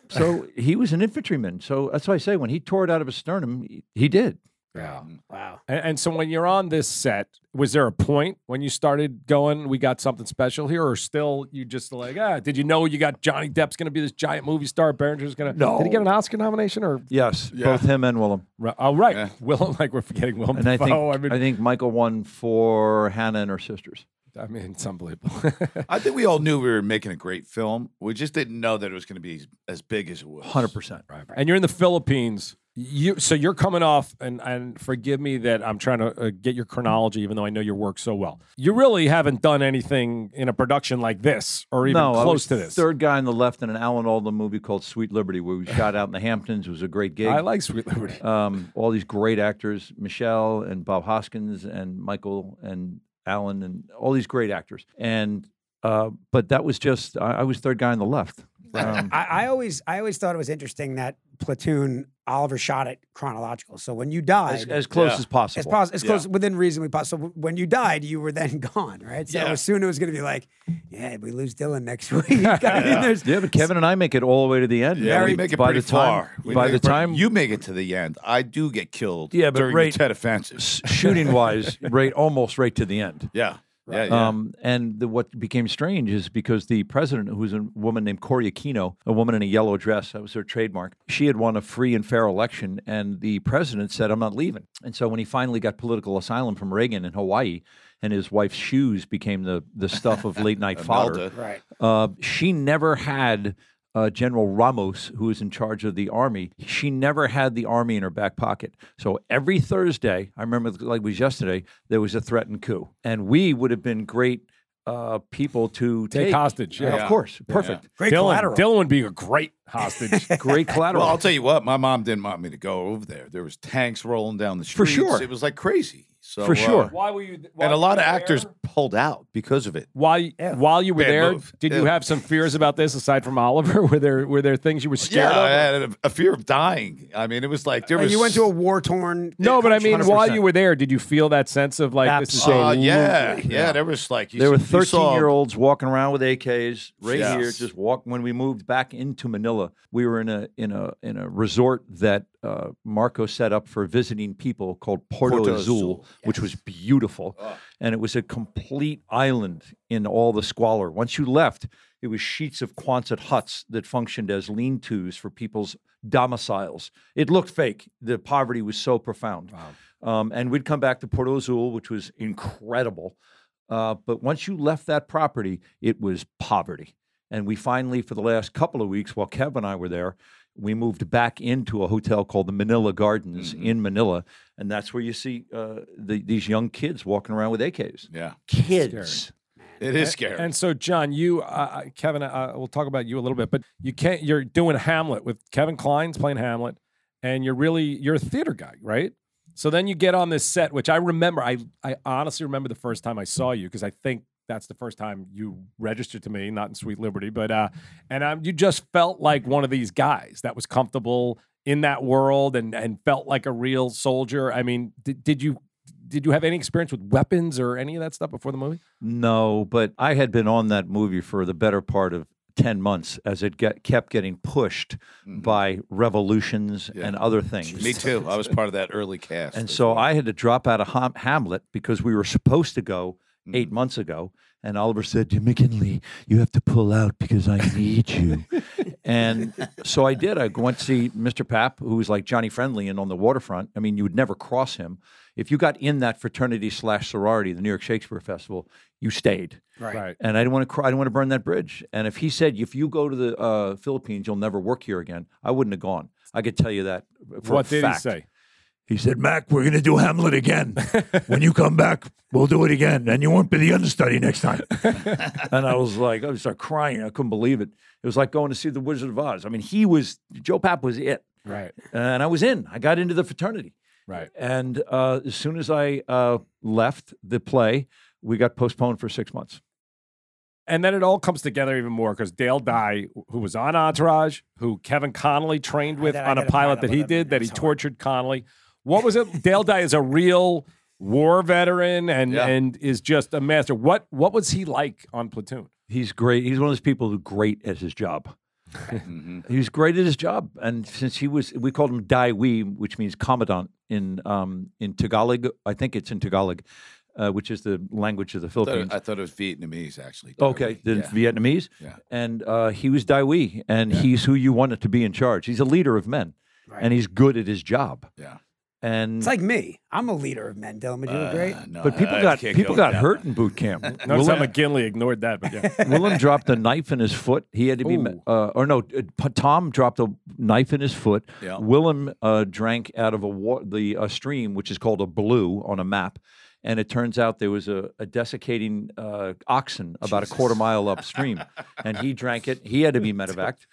Speaker 5: So he was an infantryman. So that's why I say when he tore it out of his sternum, he- he did.
Speaker 3: Yeah.
Speaker 1: Wow.
Speaker 3: And, and so when you're on this set, was there a point when you started going, we got something special here, or still you just like, ah, did you know you got Johnny Depp's going to be this giant movie star? Behringer's going to. Did he get an Oscar nomination? or
Speaker 5: Yes, both him and Willem.
Speaker 3: Ri- Oh, right.
Speaker 2: Yeah.
Speaker 3: Willem, [LAUGHS] like we're forgetting Willem.
Speaker 5: And I think
Speaker 3: Dafoe. Oh,
Speaker 5: I,
Speaker 3: I mean,
Speaker 5: think Michael won for Hannah and her sisters.
Speaker 3: I mean, it's unbelievable. [LAUGHS]
Speaker 2: I think we all knew we were making a great film. We just didn't know that it was going to be as big as it was.
Speaker 5: Hundred percent. Right.
Speaker 3: and you're in the Philippines. You so you're coming off, and and forgive me that I'm trying to uh, get your chronology, even though I know your work so well. You really haven't done anything in a production like this, or even
Speaker 5: no, I was
Speaker 3: close to this.
Speaker 5: Third guy on the left in an Alan Alda movie called Sweet Liberty, where we shot out in the Hamptons. It was a great gig.
Speaker 3: I like Sweet Liberty.
Speaker 5: um, all these great actors, Michelle and Bob Hoskins and Michael and Alan and all these great actors. And uh, but that was just I, I was third guy on the left.
Speaker 2: [LAUGHS]
Speaker 5: Um,
Speaker 1: I, I always, I always thought it was interesting that Platoon Oliver shot it chronological. So when you
Speaker 5: as,
Speaker 1: died,
Speaker 5: as close
Speaker 2: Yeah.
Speaker 5: as
Speaker 1: as
Speaker 2: [LAUGHS]
Speaker 5: possible.
Speaker 1: possible, as close within reason we possible. When you died, you were then [LAUGHS] gone, right? So
Speaker 2: Yeah.
Speaker 1: soon it was going to be like, yeah, we lose Dylan next [LAUGHS] week. I mean,
Speaker 2: [LAUGHS]
Speaker 1: there's-
Speaker 5: yeah, but Kevin and I make it all the way to the end.
Speaker 2: Yeah,
Speaker 5: By
Speaker 2: we
Speaker 5: the-
Speaker 2: make it
Speaker 5: by
Speaker 2: pretty
Speaker 5: the time,
Speaker 2: far. We
Speaker 5: by
Speaker 2: make
Speaker 5: the
Speaker 2: it pretty- [LAUGHS]
Speaker 5: time
Speaker 2: you make it to the end, I do get killed.
Speaker 5: Yeah, but
Speaker 2: during
Speaker 5: right-
Speaker 2: the Tet offensive.
Speaker 5: shooting wise, right, almost right to the end.
Speaker 2: [LAUGHS] Yeah, yeah, yeah.
Speaker 5: Um, and the, what became strange is because the president, who was a woman named Cory Aquino, a woman in a yellow dress, that was her trademark, she had won a free and fair election. And the president said, I'm not leaving. And so when he finally got political asylum from Reagan in Hawaii, and his wife's shoes became the, the stuff of
Speaker 2: [LAUGHS]
Speaker 5: late night fodder.
Speaker 2: Imelda.
Speaker 1: right.
Speaker 5: Uh, she never had uh, General Ramos, who was in charge of the army. She never had the army in her back pocket. So every Thursday, I remember it like it was yesterday, there was a threatened coup, and we would have been great uh, people to
Speaker 3: Take
Speaker 5: take,
Speaker 3: hostage, yeah.
Speaker 5: of course,
Speaker 2: [LAUGHS]
Speaker 5: perfect,
Speaker 1: Great
Speaker 3: Dylan,
Speaker 1: collateral.
Speaker 3: Dylan would be a
Speaker 5: [LAUGHS]
Speaker 3: great hostage.
Speaker 5: great collateral.
Speaker 2: Well, I'll tell you what, my mom didn't want me to go over there. There was tanks rolling down the streets.
Speaker 5: sure.
Speaker 2: It was like crazy. So
Speaker 5: For
Speaker 2: uh,
Speaker 5: sure.
Speaker 3: why were you?
Speaker 2: and a lot of actors pulled out because of it.
Speaker 3: While while you were
Speaker 2: Bad
Speaker 3: there,
Speaker 2: move.
Speaker 3: did you
Speaker 2: Ew.
Speaker 3: have some fears about this aside from Oliver? [LAUGHS] Were there were there things you were scared
Speaker 2: Yeah, I
Speaker 3: of?
Speaker 2: had a, a fear of dying. I mean, it was like there
Speaker 1: And
Speaker 2: was.
Speaker 1: you went to a war torn.
Speaker 3: no, but I mean, while
Speaker 5: 100%.
Speaker 3: you were there, did you feel that sense of like this is so?
Speaker 2: Uh, yeah, yeah, There was like you,
Speaker 5: There were
Speaker 2: s- you saw-
Speaker 5: 13 year olds walking around with AKs right
Speaker 2: Yes.
Speaker 5: here, just walking. When we moved back into Manila, we were in a in a in a resort that uh, Marco set up for visiting people called Porto,
Speaker 2: Porto
Speaker 5: Azul,
Speaker 2: Azul, Ah.
Speaker 5: which was beautiful, and it was a complete island in all the squalor. Once you left, it was sheets of Quonset huts that functioned as lean tos for people's domiciles. It looked fake. The poverty was so profound. Um, and we'd come back to Porto Azul, which was incredible. Uh, but once you left that property, it was poverty. And we finally, for the last couple of weeks, while Kev and I were there, we moved back into a hotel called the Manila Gardens in Manila, and that's where you see uh, the, these young kids walking around with AKs.
Speaker 2: Yeah,
Speaker 5: Kids,
Speaker 2: it is scary.
Speaker 3: And so, John, you, uh, uh, Kevin, uh, we'll talk about you a little bit, but you can't. You're doing Hamlet with Kevin Klein's playing Hamlet, and you're really you're a theater guy, right? So then you get on this set, which I remember. I I honestly remember the first time I saw you because I think that's the first time you registered to me, not in Sweet Liberty, but uh, and um, you just felt like one of these guys that was comfortable in that world and and felt like a real soldier. I mean, did, did you? did you have any experience with weapons or any of that stuff before the movie?
Speaker 5: No, but I had been on that movie for the better part of 10 months as it get, kept getting pushed by revolutions and other
Speaker 2: [LAUGHS]
Speaker 5: things.
Speaker 2: Me too. I was part of that early cast.
Speaker 5: And so I had to drop out of Ham- Hamlet because we were supposed to go
Speaker 3: Mm.
Speaker 5: eight months ago. And Oliver said to McKinley, You have to pull out because I
Speaker 3: [LAUGHS]
Speaker 5: need you. and so I did. I went to see Mr. Papp, who was like Johnny Friendly and on the waterfront. I mean, you would never cross him. If you got in that fraternity slash sorority, the New York Shakespeare Festival, you stayed.
Speaker 1: Right.
Speaker 3: Right.
Speaker 5: And I didn't want to cry. I didn't want to burn that bridge. And if he said, if you go to the uh, Philippines, you'll never work here again, I wouldn't have gone. I could tell you that. uh, For a
Speaker 3: what did
Speaker 5: fact.
Speaker 3: he say?
Speaker 5: He said, Mac, we're going to do Hamlet again. when you come back, we'll do it again. And you won't be the understudy next time. [LAUGHS] and I was like, I started crying. I couldn't believe it. It was like going to see The Wizard of Oz. I mean, he was, Joe Papp was it.
Speaker 3: Right.
Speaker 5: And I was in. I got into the fraternity.
Speaker 3: Right.
Speaker 5: And uh, as soon as I uh, left the play, we got postponed for six months.
Speaker 3: And then it all comes together even more because Dale Dye, who was on Entourage, who Kevin Connolly trained with
Speaker 1: did- I
Speaker 3: on a
Speaker 1: did a
Speaker 3: pilot
Speaker 1: pilot
Speaker 3: that he
Speaker 1: with him.
Speaker 3: did, that he
Speaker 1: It's hard.
Speaker 3: tortured Connolly. What was it? Dale Dye is a real war veteran and
Speaker 2: Yeah.
Speaker 3: and is just a master. What what was he like on Platoon?
Speaker 5: He's great. He's one of those people who's great at
Speaker 2: [LAUGHS]
Speaker 5: his job.
Speaker 2: Mhm.
Speaker 5: He was great at his job, and since he was, we called him Dai Wee, which means commandant in um, in Tagalog. I think it's in Tagalog, uh, which is the language of the
Speaker 2: I thought,
Speaker 5: Philippines.
Speaker 2: it- I thought it was Vietnamese, actually.
Speaker 5: Okay, the
Speaker 2: Yeah.
Speaker 5: Vietnamese,
Speaker 2: Yeah.
Speaker 5: and uh, he was Dai Wee, and he's who you wanted to be in charge. He's a leader of men, and he's good at his job.
Speaker 2: Yeah. Uh,
Speaker 5: And
Speaker 1: It's like me. I'm a leader of men. Dylan, would you agree?
Speaker 2: Uh, no,
Speaker 5: but people
Speaker 2: I- I
Speaker 5: got
Speaker 2: can't go
Speaker 5: people
Speaker 2: with
Speaker 5: got
Speaker 2: that.
Speaker 5: hurt in
Speaker 2: [LAUGHS]
Speaker 5: boot camp.
Speaker 3: Notice how
Speaker 5: Willem-
Speaker 3: McGinley ignored that, [LAUGHS] but yeah.
Speaker 5: Willem dropped a knife in his foot. He had to be,
Speaker 3: Ooh.
Speaker 5: uh, or no, uh, P- Tom dropped a knife in his foot.
Speaker 2: Yeah.
Speaker 5: Willem uh, drank out of a wa- the a stream, which is called a blue on a map. And it turns out there was a, a desiccating uh, oxen about a quarter mile upstream. and he drank it. He had
Speaker 3: [LAUGHS]
Speaker 5: to be Uh, medevaced.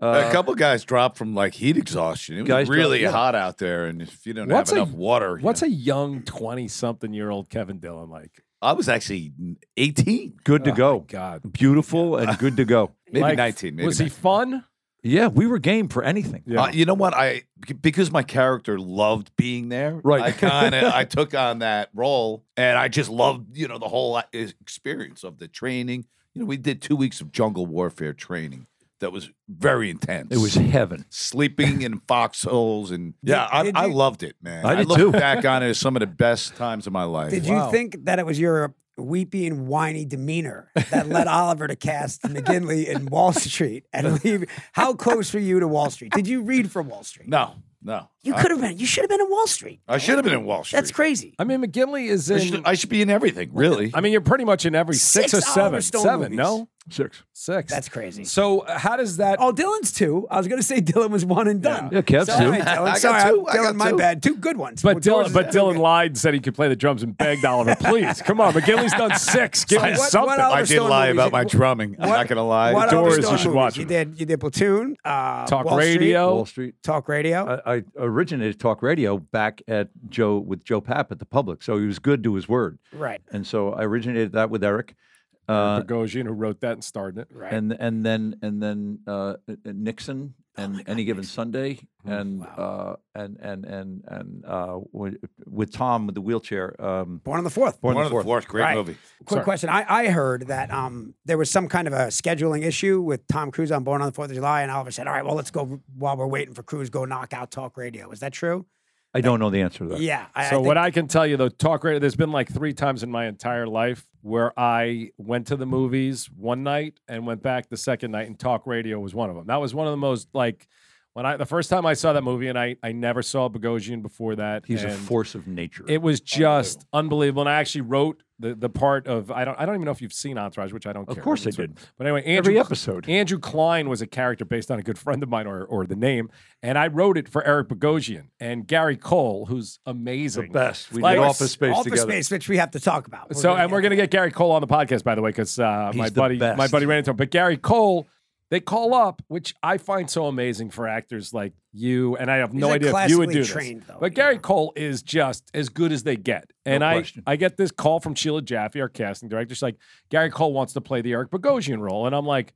Speaker 3: Uh,
Speaker 2: a couple guys dropped from like heat exhaustion. It was
Speaker 5: Guys dropped-
Speaker 2: really
Speaker 5: yeah.
Speaker 2: hot out there, and if you don't
Speaker 3: What's
Speaker 2: have
Speaker 3: a-
Speaker 2: enough water,
Speaker 3: What's
Speaker 2: you
Speaker 3: a young twenty something year old Kevin Dillon like?
Speaker 2: know. I was actually eighteen,
Speaker 5: Good to go.
Speaker 3: Oh God.
Speaker 5: Beautiful and good
Speaker 3: [LAUGHS]
Speaker 5: to go.
Speaker 2: maybe
Speaker 3: Like,
Speaker 2: nineteen. Maybe
Speaker 3: was he fun?
Speaker 5: Yeah, we were game for anything.
Speaker 3: Yeah.
Speaker 2: Uh, you know what? I because my character loved being there.
Speaker 5: Right.
Speaker 2: I
Speaker 1: [LAUGHS]
Speaker 2: kind of I took on that role, and I just loved you know the whole uh, experience of the training. You know, we did two weeks of jungle warfare training that was very intense.
Speaker 5: It was heaven.
Speaker 2: sleeping in foxholes, and yeah, I,
Speaker 1: did
Speaker 2: I
Speaker 1: you-
Speaker 2: loved it, man.
Speaker 5: I did
Speaker 2: look
Speaker 5: too.
Speaker 2: back on it as some of the best times of my life.
Speaker 1: Did you think that it was your weepy and whiny demeanor that
Speaker 2: [LAUGHS]
Speaker 1: led Oliver to cast McGinley in Wall Street and leave? How close were you to Wall Street? Did you read for Wall Street?
Speaker 2: No, no.
Speaker 1: You
Speaker 2: I- Oh,
Speaker 1: could have been. You should have been in Wall Street.
Speaker 2: I should have been in Wall Street.
Speaker 1: That's crazy.
Speaker 3: I mean, McGinley is
Speaker 2: I
Speaker 3: in.
Speaker 2: should, I should be in everything, really.
Speaker 3: I mean, you're pretty much in every six,
Speaker 1: Six
Speaker 3: or seven.
Speaker 1: Oliver Stone
Speaker 3: seven,
Speaker 1: movies.
Speaker 3: no?
Speaker 5: Six.
Speaker 3: Six.
Speaker 1: That's crazy.
Speaker 3: So uh, how does that?
Speaker 1: Oh, Dylan's two. I was going to say Dylan was one and done.
Speaker 5: Yeah, Kev's
Speaker 1: Sorry,
Speaker 5: two.
Speaker 1: Dylan.
Speaker 2: I got
Speaker 1: Sorry,
Speaker 2: two.
Speaker 1: I-
Speaker 2: I
Speaker 1: Dylan,
Speaker 2: got
Speaker 1: my
Speaker 2: two.
Speaker 1: bad. Two good ones.
Speaker 3: but
Speaker 1: Well, George
Speaker 3: Dylan,
Speaker 1: is
Speaker 3: but
Speaker 1: out.
Speaker 3: Dylan lied and said he could play the drums and
Speaker 1: [LAUGHS]
Speaker 3: begged Oliver, please come on. McGinley's done six. Give
Speaker 1: So
Speaker 3: me
Speaker 1: what- what
Speaker 3: something.
Speaker 1: else-
Speaker 2: I
Speaker 1: Oliver
Speaker 2: did
Speaker 1: Stone
Speaker 2: lie
Speaker 1: movies.
Speaker 2: about my
Speaker 1: What-
Speaker 2: drumming. I'm
Speaker 1: What-
Speaker 2: not going to lie.
Speaker 1: What
Speaker 3: Doors,
Speaker 1: other
Speaker 3: you
Speaker 1: Stone
Speaker 3: should
Speaker 1: movies?
Speaker 3: watch
Speaker 1: You
Speaker 3: them.
Speaker 1: did. You did Platoon. Uh,
Speaker 3: Talk
Speaker 1: Wall Street,
Speaker 3: radio.
Speaker 5: Wall Street.
Speaker 1: talk radio.
Speaker 5: I, I originated talk radio back at Joe with Joe Papp at the public, so he was good to his word,
Speaker 1: right.
Speaker 5: and so I originated that with Eric, uh,
Speaker 3: Bogosian, who wrote that and starred in it.
Speaker 1: Right.
Speaker 5: and and then and then uh, uh, Nixon and any given Sunday, and uh, and and and and uh, with, with Tom with the wheelchair. Um,
Speaker 1: Born on the fourth.
Speaker 5: Born
Speaker 2: One
Speaker 5: on
Speaker 2: of
Speaker 5: the
Speaker 2: the
Speaker 5: fourth.
Speaker 2: fourth, great
Speaker 1: Right.
Speaker 2: movie.
Speaker 1: Quick question. I, I heard that um, there was some kind of a scheduling issue with Tom Cruise on Born on the Fourth of July, and Oliver said, "All right, well, let's go while we're waiting for Cruise, go knock out Talk Radio." Is that true?
Speaker 5: I don't know the answer to that.
Speaker 1: Yeah. I,
Speaker 3: So
Speaker 1: I
Speaker 3: what
Speaker 1: think-
Speaker 3: I can tell you though, talk radio. There's been like three times in my entire life where I went to the movies one night and went back the second night, and talk radio was one of them. That was one of the most like when I the first time I saw that movie, and I I never saw Bogosian before that.
Speaker 5: He's a
Speaker 3: and
Speaker 5: force of nature.
Speaker 3: It was just unbelievable, and I actually wrote the the part of I don't I don't even know if you've seen Entourage, which I don't.
Speaker 5: Of
Speaker 3: care.
Speaker 5: course I
Speaker 3: It's-
Speaker 5: did.
Speaker 3: But anyway, Andrew,
Speaker 5: Every episode.
Speaker 3: Andrew Klein was a character based on a good [LAUGHS] friend of mine or, or the name. And I wrote it for Eric Bogosian and Gary Cole, who's amazing.
Speaker 5: best. We
Speaker 3: Like-
Speaker 5: did office space
Speaker 1: Office
Speaker 5: together.
Speaker 1: Space, which we have to talk about.
Speaker 3: So, and we're
Speaker 1: get-
Speaker 3: going to get Gary Cole on the podcast, by the way, because uh, my
Speaker 5: He's the
Speaker 3: buddy, my
Speaker 5: best.
Speaker 3: buddy ran into him. But Gary Cole, they call up, which I find so amazing for actors like you. And I have no
Speaker 1: like
Speaker 3: idea if you would
Speaker 1: classically
Speaker 3: do this.
Speaker 1: trained, though,
Speaker 3: but
Speaker 1: you
Speaker 3: Gary
Speaker 1: know.
Speaker 3: Cole is just as good as they get. And I,
Speaker 5: question.
Speaker 3: I get this call from Sheila Jaffe, our casting director. She's like, Gary Cole wants to play the Eric Bogosian role, and I'm like.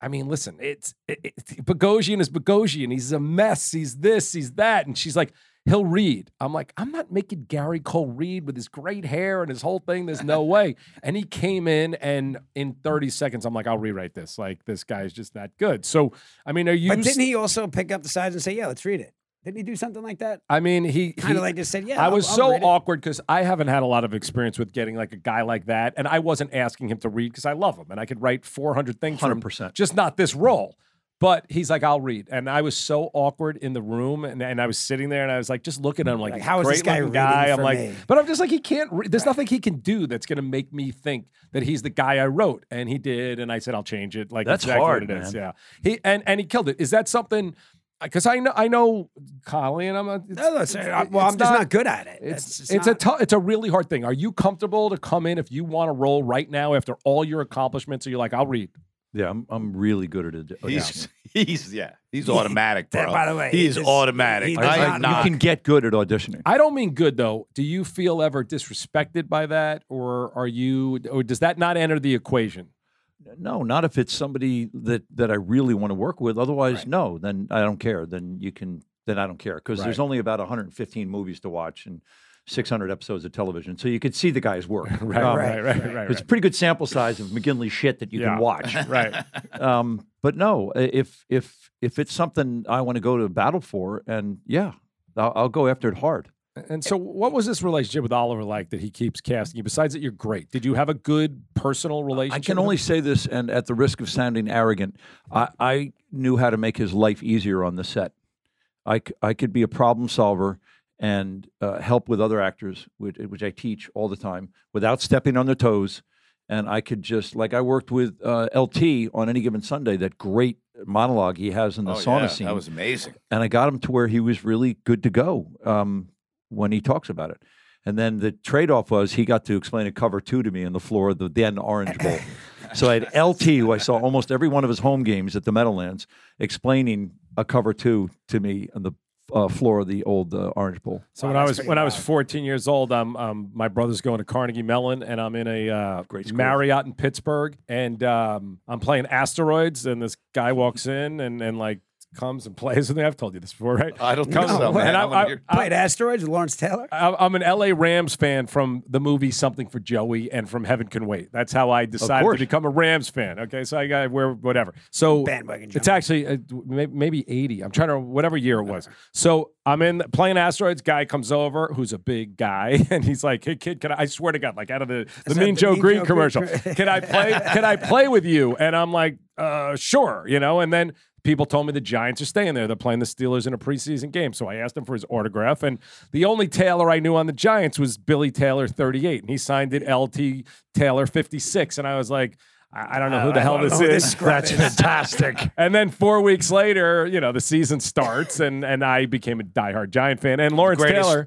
Speaker 3: I mean, listen, it's it, it, Bogosian is Bogosian. He's a mess. He's this, he's that. And she's like, he'll read. I'm like, I'm not making Gary Cole read with his great hair and his whole thing.
Speaker 1: [LAUGHS]
Speaker 3: There's no way. And he came in, and in 30 seconds, I'm like, I'll rewrite this. Like, this guy's just not good. So, I mean, are you.
Speaker 1: But didn't he also pick up the sides and say, "Yeah, let's read it"? Didn't he do something like that?
Speaker 3: I mean, he
Speaker 1: Kind
Speaker 3: he-
Speaker 1: of like just said, "Yeah."
Speaker 3: I
Speaker 1: I'll-
Speaker 3: was
Speaker 1: I'll
Speaker 3: so
Speaker 1: read it."
Speaker 3: awkward because I haven't had a lot of experience with getting like a guy like that, and I wasn't asking him to read because I love him and I could write 400 things for him,
Speaker 5: 100%.
Speaker 3: just not this role. But he's like, I'll read, and I was so awkward in the room, and, and I was sitting there, and I was like, just looking at him, like,
Speaker 1: Like, how is this
Speaker 3: great
Speaker 1: guy
Speaker 3: looking
Speaker 1: reading
Speaker 3: guy? I'm
Speaker 1: for
Speaker 3: like,
Speaker 1: me?
Speaker 3: but I'm just like, he can't. Re- There's nothing he can do that's gonna make me think that he's the guy I wrote, and he did, and I said, I'll change it. Like
Speaker 5: That's
Speaker 3: exactly what
Speaker 5: hard,
Speaker 3: it is.
Speaker 5: man.
Speaker 3: Yeah, he and and he killed it. Is that something? Because I know I know Colin. I'm a, it's-
Speaker 1: No, that's,
Speaker 3: it's-
Speaker 1: I- well,
Speaker 3: it's
Speaker 1: I'm just not good at it.
Speaker 3: it's
Speaker 1: That's just not-
Speaker 3: it's a tou- it's a really hard thing. Are you comfortable to come in if you want to roll right now after all your accomplishments? Or you're like, I'll read.
Speaker 5: Yeah, I'm, I'm really good at it.
Speaker 2: He's [LAUGHS] he's yeah. He's automatic, bro.
Speaker 1: That, by the way,
Speaker 2: he is
Speaker 1: is-
Speaker 2: automatic.
Speaker 1: he
Speaker 5: I,
Speaker 1: does
Speaker 2: I,
Speaker 5: I-
Speaker 2: am
Speaker 1: not-
Speaker 2: not.
Speaker 5: you can get good at auditioning.
Speaker 3: I don't mean good though. Do you feel ever disrespected by that, or are you, or does that not enter the equation?
Speaker 5: No, not if it's somebody that that I really want to work with. Otherwise, no. Then I don't care. Then you can. Then I don't care because there's only about 115 movies to watch and 600 episodes of television, so you could see the guy's work. Oh, right,
Speaker 1: right,
Speaker 3: right, right,
Speaker 5: It's a pretty good sample size of McGinley shit that you
Speaker 3: Yeah.
Speaker 5: can watch.
Speaker 3: right.
Speaker 5: Um, but no, i- if if if it's something I want to go to battle for, and yeah, I'll, I'll go after it hard.
Speaker 3: And so, what was this relationship with Oliver like that he keeps casting you? Besides that, you're great. Did you have a good personal relationship?
Speaker 5: I can
Speaker 3: with
Speaker 5: only
Speaker 3: him?
Speaker 5: say this, and at the risk of sounding arrogant, I, I knew how to make his life easier on the set. I, c- I could be a problem solver and uh, help with other actors, which, which I teach all the time, without stepping on their toes. And I could just, like, I worked with uh, LT on any given Sunday, that great monologue he has in the
Speaker 2: Oh,
Speaker 5: sauna
Speaker 2: yeah,
Speaker 5: scene
Speaker 2: That was amazing.
Speaker 5: and I got him to where he was really good to go um, when he talks about it. And then the trade off was he got to explain a cover two to me on the floor of the then Orange Bowl. so I had LT, who I saw almost every one of his home games at the Meadowlands, explaining a cover two to me on the uh, floor of the old uh, Orange Bowl.
Speaker 3: So
Speaker 1: Wow,
Speaker 3: when I
Speaker 1: that's
Speaker 3: was
Speaker 1: pretty
Speaker 3: when I was
Speaker 1: wild.
Speaker 3: 14 years old, um, um, my brother's going to Carnegie Mellon, and I'm in a uh,
Speaker 5: Great school.
Speaker 3: Marriott in Pittsburgh, and um, I'm playing asteroids, and this guy walks in and and like comes and [LAUGHS] plays with me. I've told you this before, right?
Speaker 2: I don't think
Speaker 3: Comes-
Speaker 2: so.
Speaker 1: way.
Speaker 2: Man.
Speaker 3: and I,
Speaker 2: I wanna
Speaker 3: I,
Speaker 2: hear-
Speaker 3: I,
Speaker 1: played asteroids with Lawrence Taylor.
Speaker 3: I- I'm an LA Rams fan from the movie Something for Joey and from Heaven Can Wait. That's how I decided to
Speaker 5: course.
Speaker 3: become a Rams fan. Okay, so I got to wear whatever. So
Speaker 1: Bandwagon
Speaker 3: It's
Speaker 1: jumper.
Speaker 3: actually uh, may- maybe 80. I'm trying to whatever year it was.
Speaker 1: Uh-huh.
Speaker 3: So I'm in playing asteroids. Guy comes over who's a big guy, [LAUGHS] and he's like, "Hey kid, can I? I swear to God, like out of the the
Speaker 1: that
Speaker 3: Mean
Speaker 1: the
Speaker 3: Joe
Speaker 1: Mean
Speaker 3: Green
Speaker 1: Joe Green
Speaker 3: commercial,
Speaker 1: commercial?
Speaker 3: can I play? Can I play with you?" And I'm like, uh, "Sure," you know. And then people told me the Giants are staying there. They're playing the Steelers in a preseason game, so I asked him for his autograph. And the only Taylor I knew on the Giants was Billy Taylor, 38, and he signed it LT Taylor, 56. And I was like. I I don't know who the hell this
Speaker 1: know who
Speaker 3: is.
Speaker 1: this scrub That's is.
Speaker 3: fantastic.
Speaker 1: [LAUGHS]
Speaker 3: and then four weeks later, you know, the season starts, and and I became a diehard Giant fan. And Lawrence
Speaker 2: Greatest
Speaker 3: Taylor,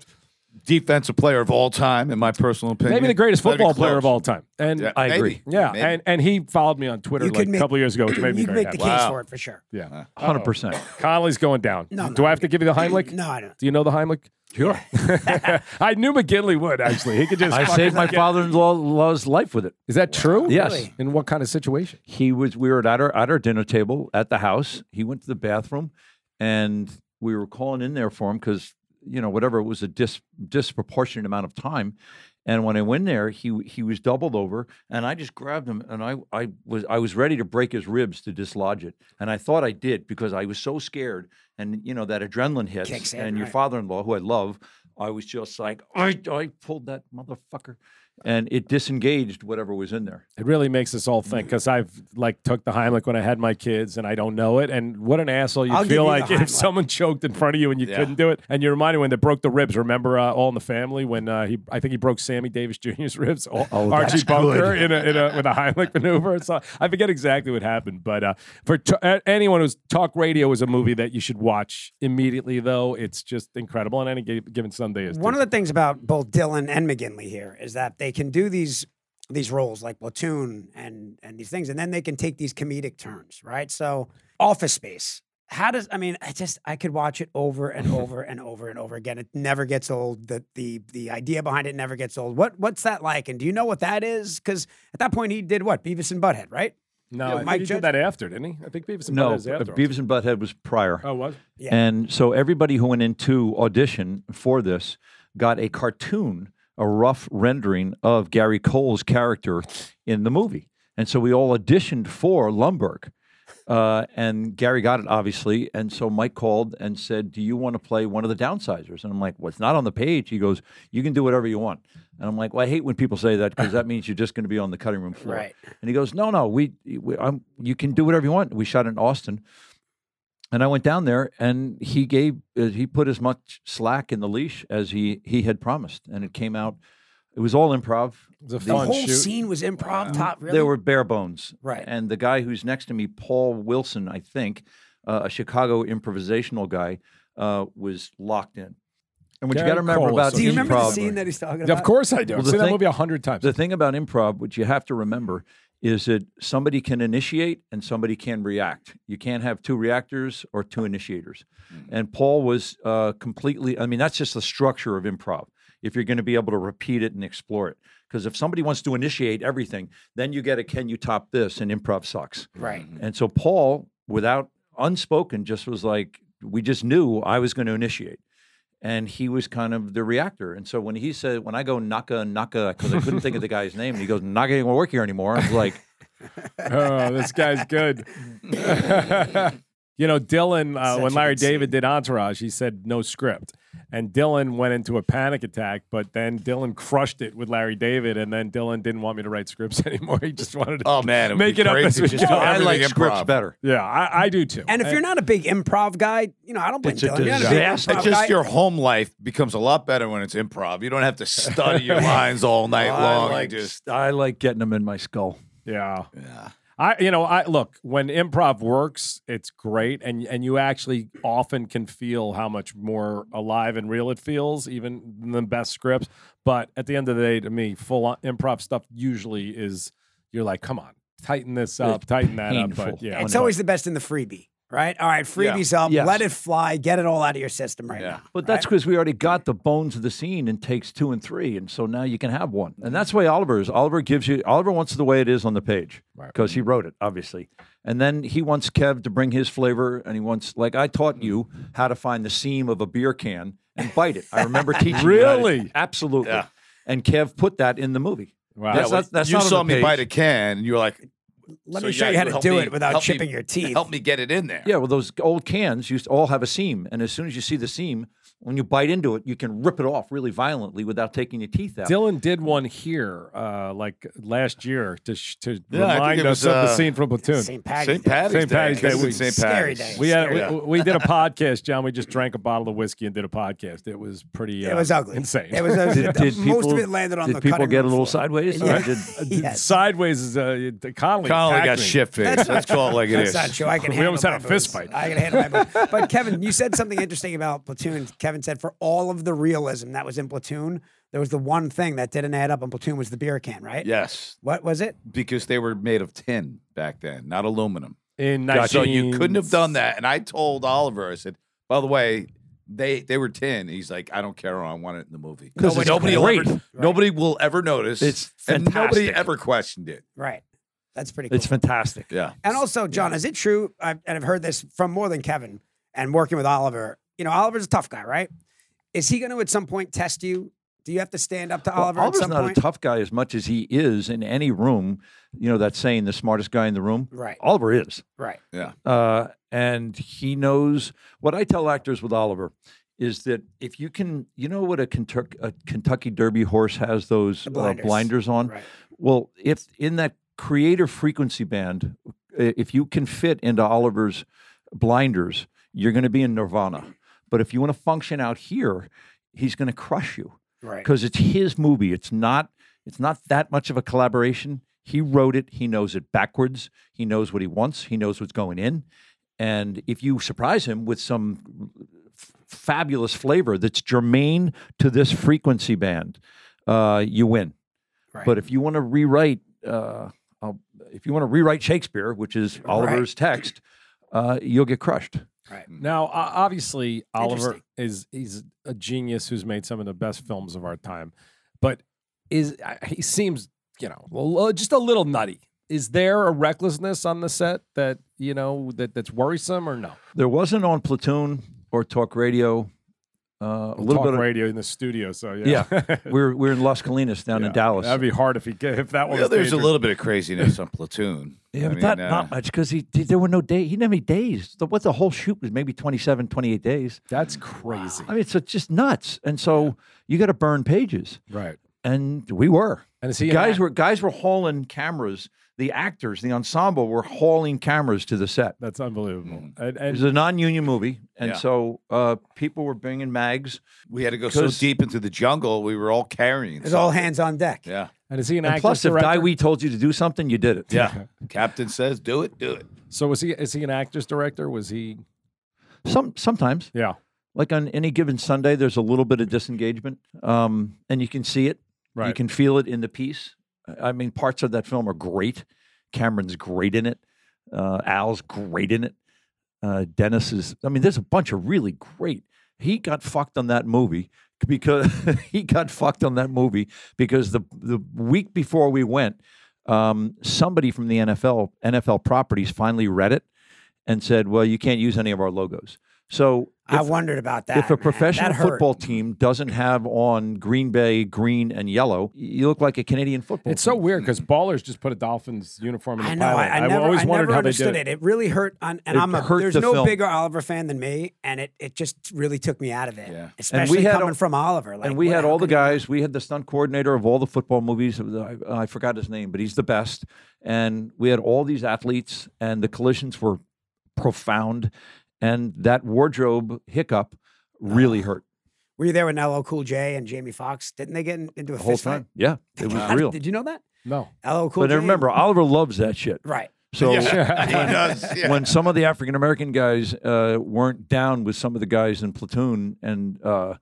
Speaker 2: defensive player of all time, in my personal opinion.
Speaker 3: maybe the greatest
Speaker 2: That'd be
Speaker 3: football player
Speaker 2: close.
Speaker 3: of all time. And
Speaker 2: Yeah,
Speaker 3: yeah,
Speaker 5: I
Speaker 2: maybe.
Speaker 5: agree.
Speaker 2: Maybe.
Speaker 3: and and he followed me on Twitter
Speaker 1: You
Speaker 3: like
Speaker 1: could
Speaker 3: a
Speaker 1: make-
Speaker 3: couple years ago, which made me
Speaker 1: You can
Speaker 3: very
Speaker 1: make the
Speaker 3: happy.
Speaker 1: case
Speaker 2: Wow.
Speaker 1: for it for sure.
Speaker 3: Yeah,
Speaker 5: 100%.
Speaker 3: Conley's going down.
Speaker 1: No,
Speaker 3: Do I have to give you the Heimlich?
Speaker 1: No, I don't.
Speaker 3: Do you know the Heimlich? Sure. [LAUGHS] I knew McGinley would actually.
Speaker 1: [LAUGHS]
Speaker 3: He could just.
Speaker 5: I
Speaker 3: fucking
Speaker 5: saved my
Speaker 3: get-
Speaker 5: father in law's life with it.
Speaker 3: Is that true?
Speaker 5: Yes.
Speaker 1: Really?
Speaker 3: In what kind of situation?
Speaker 5: he was we were at our at our dinner table at the house. He went to the bathroom, and we were calling in there for him because you know whatever it was a dis, disproportionate amount of time. And when I went in there, he w- he was doubled over, and I just grabbed him, and I I was I was ready to break his ribs to dislodge it, and I thought I did because I was so scared, and you know that adrenaline hits,
Speaker 1: Kicks in,
Speaker 5: and your
Speaker 1: right.
Speaker 5: father-in-law who I love, I was just like I I pulled that motherfucker, and it disengaged whatever was in there.
Speaker 3: It really makes us all think because I've like took the Heimlich when I had my kids and I don't know it. And what an asshole you
Speaker 1: I'll give
Speaker 3: feel
Speaker 1: you the
Speaker 3: like if
Speaker 1: Heimlich.
Speaker 3: someone choked in front of you and you
Speaker 2: Yeah.
Speaker 3: couldn't do it. And you're reminded when they broke the ribs. Remember uh, All in the Family when uh, he I think he broke Sammy Davis Jr.'s [LAUGHS] ribs. All,
Speaker 1: Oh,
Speaker 3: Archie Bunker in a, in a with a Heimlich maneuver. So I forget exactly what happened, but uh, for t- uh, anyone who's Talk Radio is a movie that you should watch immediately. Though it's just incredible, and any gi- given Sunday is
Speaker 1: One
Speaker 3: too.
Speaker 1: of the things about both Dylan and McGinley here is that they can do these these roles like platoon and and these things, and then they can take these comedic turns, right? So Office Space. How does I mean? I just I could watch it over
Speaker 3: [LAUGHS]
Speaker 1: and over and over and over again. It never gets old. The the the idea behind it never gets old. What what's that like? And do you know what that is? Because at that point he did what Beavis and Butthead, right?
Speaker 3: No, I think
Speaker 1: Mike
Speaker 3: he
Speaker 1: Judge-
Speaker 3: did that after, didn't he? I think Beavis and
Speaker 5: No,
Speaker 3: Butt-Head was
Speaker 5: uh,
Speaker 3: after.
Speaker 5: Beavis and Butthead was prior.
Speaker 3: Oh, was
Speaker 1: Yeah.
Speaker 5: And so everybody who went into audition for this got a cartoon, a rough rendering of Gary Cole's character in the movie. And so we all auditioned for Lumberg. Uh, and Gary got it, obviously. And so Mike called and said, Do you want to play one of the downsizers? And I'm like, Well, it's not on the page. He goes, You can do whatever you want. And I'm like, Well, I hate when people say that because that means you're just going to be on the cutting room floor.
Speaker 1: Right.
Speaker 5: And he goes, No, no, we, we I'm, you can do whatever you want. We shot in Austin. And I went down there, and he gave uh, he put as much slack in the leash as he he had promised, and it came out. It was all improv.
Speaker 3: it was a
Speaker 1: The
Speaker 3: fun
Speaker 1: whole
Speaker 3: shoot.
Speaker 1: scene was improv top. Really?
Speaker 5: There were bare bones,
Speaker 1: Right.
Speaker 5: And the guy who's next to me, Paul Wilson, I think, uh, a Chicago improvisational guy, uh, was locked in. And what you got
Speaker 3: Gary
Speaker 5: to remember
Speaker 3: Cole
Speaker 5: about
Speaker 3: is
Speaker 1: Do you remember the
Speaker 5: improv-
Speaker 1: scene that he's talking
Speaker 3: Yeah,
Speaker 1: about?
Speaker 3: of course I do.
Speaker 5: Well,
Speaker 3: I've
Speaker 5: the
Speaker 3: seen that
Speaker 5: thing-
Speaker 3: movie a hundred times.
Speaker 5: the thing about improv, which you have to remember, is that somebody can initiate and somebody can react. You can't have two reactors or two initiators. And Paul was uh, completely, I mean, that's just the structure of improv. If you're going to be able to repeat it and explore it, because if somebody wants to initiate everything, then you get a can you top this, and improv sucks.
Speaker 1: Right.
Speaker 2: Mm-hmm.
Speaker 5: And so Paul, without unspoken, just was like, we just knew I was going to initiate. And he was kind of the reactor. And so when he said, when I go Naka Naka, because I couldn't
Speaker 2: [LAUGHS]
Speaker 5: think of the guy's name, and he goes, Naka ain't gonna work here anymore. I was like,
Speaker 3: [LAUGHS] oh, this guy's good. you know, Dylan, uh,
Speaker 1: Such
Speaker 3: when
Speaker 1: a
Speaker 3: Larry
Speaker 1: good scene.
Speaker 3: David did Entourage, he said no script. And Dylan went into a panic attack, but then Dylan crushed it with Larry David. And then Dylan didn't want me to write scripts [LAUGHS] anymore. He just wanted to.
Speaker 2: Oh man, it would
Speaker 3: Make
Speaker 2: be
Speaker 3: it up
Speaker 2: great
Speaker 3: as
Speaker 2: to
Speaker 3: we
Speaker 2: just
Speaker 3: go.
Speaker 2: do
Speaker 3: I
Speaker 5: I like
Speaker 2: everything
Speaker 5: scripts
Speaker 2: improv.
Speaker 5: better.
Speaker 3: yeah, I, I do too.
Speaker 1: And if you're not a big improv guy, you know I don't blame
Speaker 5: It's a
Speaker 1: Dylan. You're not a big
Speaker 5: disaster.
Speaker 1: improv
Speaker 2: It's just
Speaker 1: guy.
Speaker 2: your home life becomes a lot better when it's improv. You don't have to study
Speaker 5: [LAUGHS]
Speaker 2: your lines all night long.
Speaker 5: I
Speaker 2: You
Speaker 5: like,
Speaker 2: just
Speaker 5: I like getting them in my skull.
Speaker 3: yeah.
Speaker 2: yeah.
Speaker 3: I you know I look when improv works it's great and and you actually often can feel how much more alive and real it feels even than the best scripts but at the end of the day to me full on improv stuff usually is you're like come on tighten this up tighten that up but
Speaker 5: painful.
Speaker 3: yeah
Speaker 5: on
Speaker 1: It's
Speaker 5: it.
Speaker 1: always the best in the freebie, right? All right, freebie's up.
Speaker 5: Yes.
Speaker 1: Let it fly. Get it all out of your system right
Speaker 2: Yeah.
Speaker 1: now.
Speaker 5: But that's because we already got the bones of the scene in takes two and three, and so now you can have one. And that's why Oliver is. Oliver gives you Oliver wants the way it is on the page because he wrote it, obviously. And then he wants Kev to bring his flavor, and he wants like I taught you how to find the seam of a beer can and bite it.
Speaker 2: [LAUGHS]
Speaker 5: I remember teaching you how to-
Speaker 3: Really?
Speaker 5: absolutely.
Speaker 2: Yeah.
Speaker 5: And Kev put that in the movie.
Speaker 3: Wow.
Speaker 5: That's
Speaker 2: Yeah,
Speaker 5: not- that's
Speaker 2: you
Speaker 5: not on
Speaker 2: saw
Speaker 5: the
Speaker 2: me
Speaker 5: page.
Speaker 2: bite a can, and you were like,
Speaker 1: Let
Speaker 2: "So
Speaker 1: me show
Speaker 2: yeah,
Speaker 1: you how to
Speaker 2: help
Speaker 1: do
Speaker 2: me-
Speaker 1: it without
Speaker 2: help me-
Speaker 1: chipping your teeth.
Speaker 2: Help me get it in there.
Speaker 5: Yeah, well, those old cans used to all have a seam, and as soon as you see the seam, when you bite into it, you can rip it off really violently without taking your teeth out.
Speaker 3: Dylan did one here uh like last year to sh- to
Speaker 2: Yeah, I think
Speaker 3: remind
Speaker 2: it
Speaker 3: us
Speaker 2: was,
Speaker 3: of the
Speaker 2: uh,
Speaker 3: scene from Platoon
Speaker 1: St. Patty's.
Speaker 2: St.
Speaker 1: Day.
Speaker 2: Patty's
Speaker 3: St.
Speaker 2: Day.
Speaker 3: Patty's Day
Speaker 2: Because
Speaker 3: week.
Speaker 2: it's St.
Speaker 1: Scary
Speaker 2: Patty's.
Speaker 1: day.
Speaker 3: we had
Speaker 2: Yeah.
Speaker 3: we, we did a podcast, John. We just drank a bottle of whiskey and did a podcast. It was pretty. Uh,
Speaker 1: It was ugly.
Speaker 3: Insane.
Speaker 1: It was, it was-
Speaker 5: Did,
Speaker 1: most
Speaker 5: did people,
Speaker 1: of it landed on
Speaker 5: did
Speaker 1: the
Speaker 5: people
Speaker 1: cutting
Speaker 5: get a
Speaker 1: room
Speaker 5: little
Speaker 1: floor.
Speaker 5: sideways?
Speaker 1: Yeah.
Speaker 5: Or did,
Speaker 3: uh,
Speaker 1: [LAUGHS] Yes.
Speaker 3: Sideways is uh, Connolly.
Speaker 2: Connolly
Speaker 3: attacked
Speaker 2: got
Speaker 3: me.
Speaker 2: shit faced. Let's call it like it
Speaker 1: [LAUGHS] That's
Speaker 2: is.
Speaker 1: not true. I can
Speaker 3: We
Speaker 1: handle
Speaker 3: almost had
Speaker 1: my
Speaker 3: a fist
Speaker 1: booze.
Speaker 3: fight.
Speaker 1: I can handle my booze. But Kevin, you said something interesting about Platoon. Kevin said for all of the realism that was in Platoon, there was the one thing that didn't add up in Platoon was the beer can, right?
Speaker 2: Yes,
Speaker 1: What was it?
Speaker 2: because they were made of tin back then, not aluminum.
Speaker 3: in 19...
Speaker 2: So you couldn't have done that. And I told Oliver, I said, by the way, they they were tin. He's like, I don't care. I want it in the movie.
Speaker 5: 'Cause it's
Speaker 2: nobody will ever-
Speaker 5: great.
Speaker 2: nobody will ever notice.
Speaker 5: It's
Speaker 2: and nobody
Speaker 5: fantastic.
Speaker 2: ever questioned it.
Speaker 1: Right. That's pretty cool.
Speaker 5: it's fantastic.
Speaker 2: Yeah.
Speaker 1: And also, John, is it true? I've, and I've heard this from more than Kevin and working with Oliver. You know, Oliver's a tough guy, right? Is he going to at some point test you? Do you have to stand up to
Speaker 5: Well,
Speaker 1: Oliver
Speaker 5: Oliver's
Speaker 1: at some
Speaker 5: not
Speaker 1: point?
Speaker 5: a tough guy as much as he is in any room. You know that saying, the smartest guy in the room?
Speaker 1: Right.
Speaker 5: Oliver is.
Speaker 1: right.
Speaker 5: Uh, and he knows what I tell actors with Oliver is that if you can, you know what a, Kentuck a Kentucky Derby horse has those
Speaker 1: The
Speaker 5: uh,
Speaker 1: blinders.
Speaker 5: blinders on?
Speaker 1: Right.
Speaker 5: Well, if in that creative frequency band, i- if you can fit into Oliver's blinders, you're going to be in nirvana. But if you want to function out here, he's going to crush you
Speaker 1: Right.
Speaker 5: because it's his movie. It's not. It's not that much of a collaboration. He wrote it. He knows it backwards. He knows what he wants. He knows what's going in. And if you surprise him with some f- fabulous flavor that's germane to this frequency band, uh, you win.
Speaker 1: Right.
Speaker 5: But if you want to rewrite, uh, i if you want to rewrite Shakespeare, which is Oliver's text, uh, you'll get crushed.
Speaker 3: Now, o- obviously, Oliver
Speaker 1: Interesting.
Speaker 3: is he's a genius who's made some of the best films of our time, but is I- he seems you know a li- just a little nutty. Is there a recklessness on the set that you know that that's worrisome or no?
Speaker 5: There wasn't on Platoon or Talk Radio. Uh, a little
Speaker 3: Talk
Speaker 5: bit of
Speaker 3: radio in the studio, so [LAUGHS] yeah,
Speaker 5: yeah. [LAUGHS] we're we're in Las Colinas down
Speaker 3: Yeah.
Speaker 5: in Dallas.
Speaker 3: That'd be hard if he ga- if that was.
Speaker 2: Well, there's a
Speaker 3: dangerous.
Speaker 2: little bit of craziness on Platoon.
Speaker 5: yeah,
Speaker 2: I
Speaker 5: but
Speaker 2: mean,
Speaker 5: not,
Speaker 2: uh,
Speaker 5: not much because he, he- there were no days. He didn't have any days. The, what the whole shoot was maybe 27, 28 days.
Speaker 3: That's crazy,
Speaker 5: I mean, it's just nuts. And so you got to burn pages,
Speaker 3: right?
Speaker 5: and we were.
Speaker 3: And is he an
Speaker 5: guys
Speaker 3: act-
Speaker 5: were guys were hauling cameras. The actors, the ensemble, were hauling cameras to the set.
Speaker 3: That's unbelievable. And,
Speaker 5: It
Speaker 3: and
Speaker 5: was a non-union movie, and
Speaker 2: Yeah.
Speaker 5: so uh, people were bringing mags.
Speaker 2: We had to go so
Speaker 5: 'Cause-
Speaker 2: deep into the jungle, we were all carrying.
Speaker 1: It's
Speaker 2: stuff.
Speaker 1: all hands on deck.
Speaker 2: yeah,
Speaker 3: and is he an
Speaker 5: And
Speaker 3: actor?
Speaker 5: plus, if
Speaker 3: director?
Speaker 5: Guy We told you to do something, you did it.
Speaker 2: yeah. Captain says, "Do it, do it."
Speaker 3: so was he? Is he an actor's director? Was he?
Speaker 5: Some sometimes,
Speaker 3: Yeah.
Speaker 5: like on any given Sunday, there's a little bit of disengagement, um, and you can see it. You
Speaker 3: Right.
Speaker 5: can feel it in the piece. I I mean, parts of that film are great. Cameron's great in it. Uh, Al's great in it. Uh, Dennis is. I mean, there's a bunch of really great. He got fucked on that movie because [LAUGHS] he got fucked on that movie because the the week before we went, um, somebody from the NFL NFL properties finally read it and said, "Well, you can't use any of our logos." So
Speaker 1: I wondered about that.
Speaker 5: if a
Speaker 1: man.
Speaker 5: professional
Speaker 1: That hurt.
Speaker 5: football team doesn't have on Green Bay green and yellow, you look like a Canadian football.
Speaker 3: It's so
Speaker 5: team.
Speaker 3: weird because ballers just put a Dolphins uniform in the
Speaker 1: I know. I,
Speaker 3: pilot.
Speaker 1: I never,
Speaker 3: always
Speaker 1: I never
Speaker 3: wondered how they
Speaker 1: understood
Speaker 3: did
Speaker 1: it. It really hurt. On, and
Speaker 5: It
Speaker 1: I'm a,
Speaker 5: hurt
Speaker 1: there's
Speaker 5: the
Speaker 1: no
Speaker 5: film.
Speaker 1: bigger Oliver fan than me, and it, it just really took me out of it.
Speaker 2: Yeah. And we
Speaker 1: Especially
Speaker 5: had
Speaker 1: coming
Speaker 5: all-
Speaker 1: from Oliver. Like,
Speaker 5: and we
Speaker 1: what-
Speaker 5: had
Speaker 1: how
Speaker 5: all the
Speaker 1: could you-
Speaker 5: guys. We had the stunt coordinator of all the football movies. I, I forgot his name, but he's the best. And we had all these athletes, and the collisions were profound. And that wardrobe hiccup
Speaker 1: Ah,
Speaker 5: really hurt
Speaker 1: Were you there when LL Cool J and Jamie Foxx? Didn't they get in, into a
Speaker 5: the whole
Speaker 1: fist
Speaker 5: time.
Speaker 1: fight?
Speaker 5: Yeah, it was
Speaker 1: How did-
Speaker 5: real.
Speaker 1: Did you know that?
Speaker 3: No.
Speaker 1: LL Cool
Speaker 5: But
Speaker 1: J.
Speaker 5: remember, Oliver loves that shit.
Speaker 1: Right.
Speaker 5: So
Speaker 2: He
Speaker 5: [LAUGHS]
Speaker 2: does. [LAUGHS] Yeah.
Speaker 5: when some of the African American guys uh, weren't down with some of the guys in platoon and uh,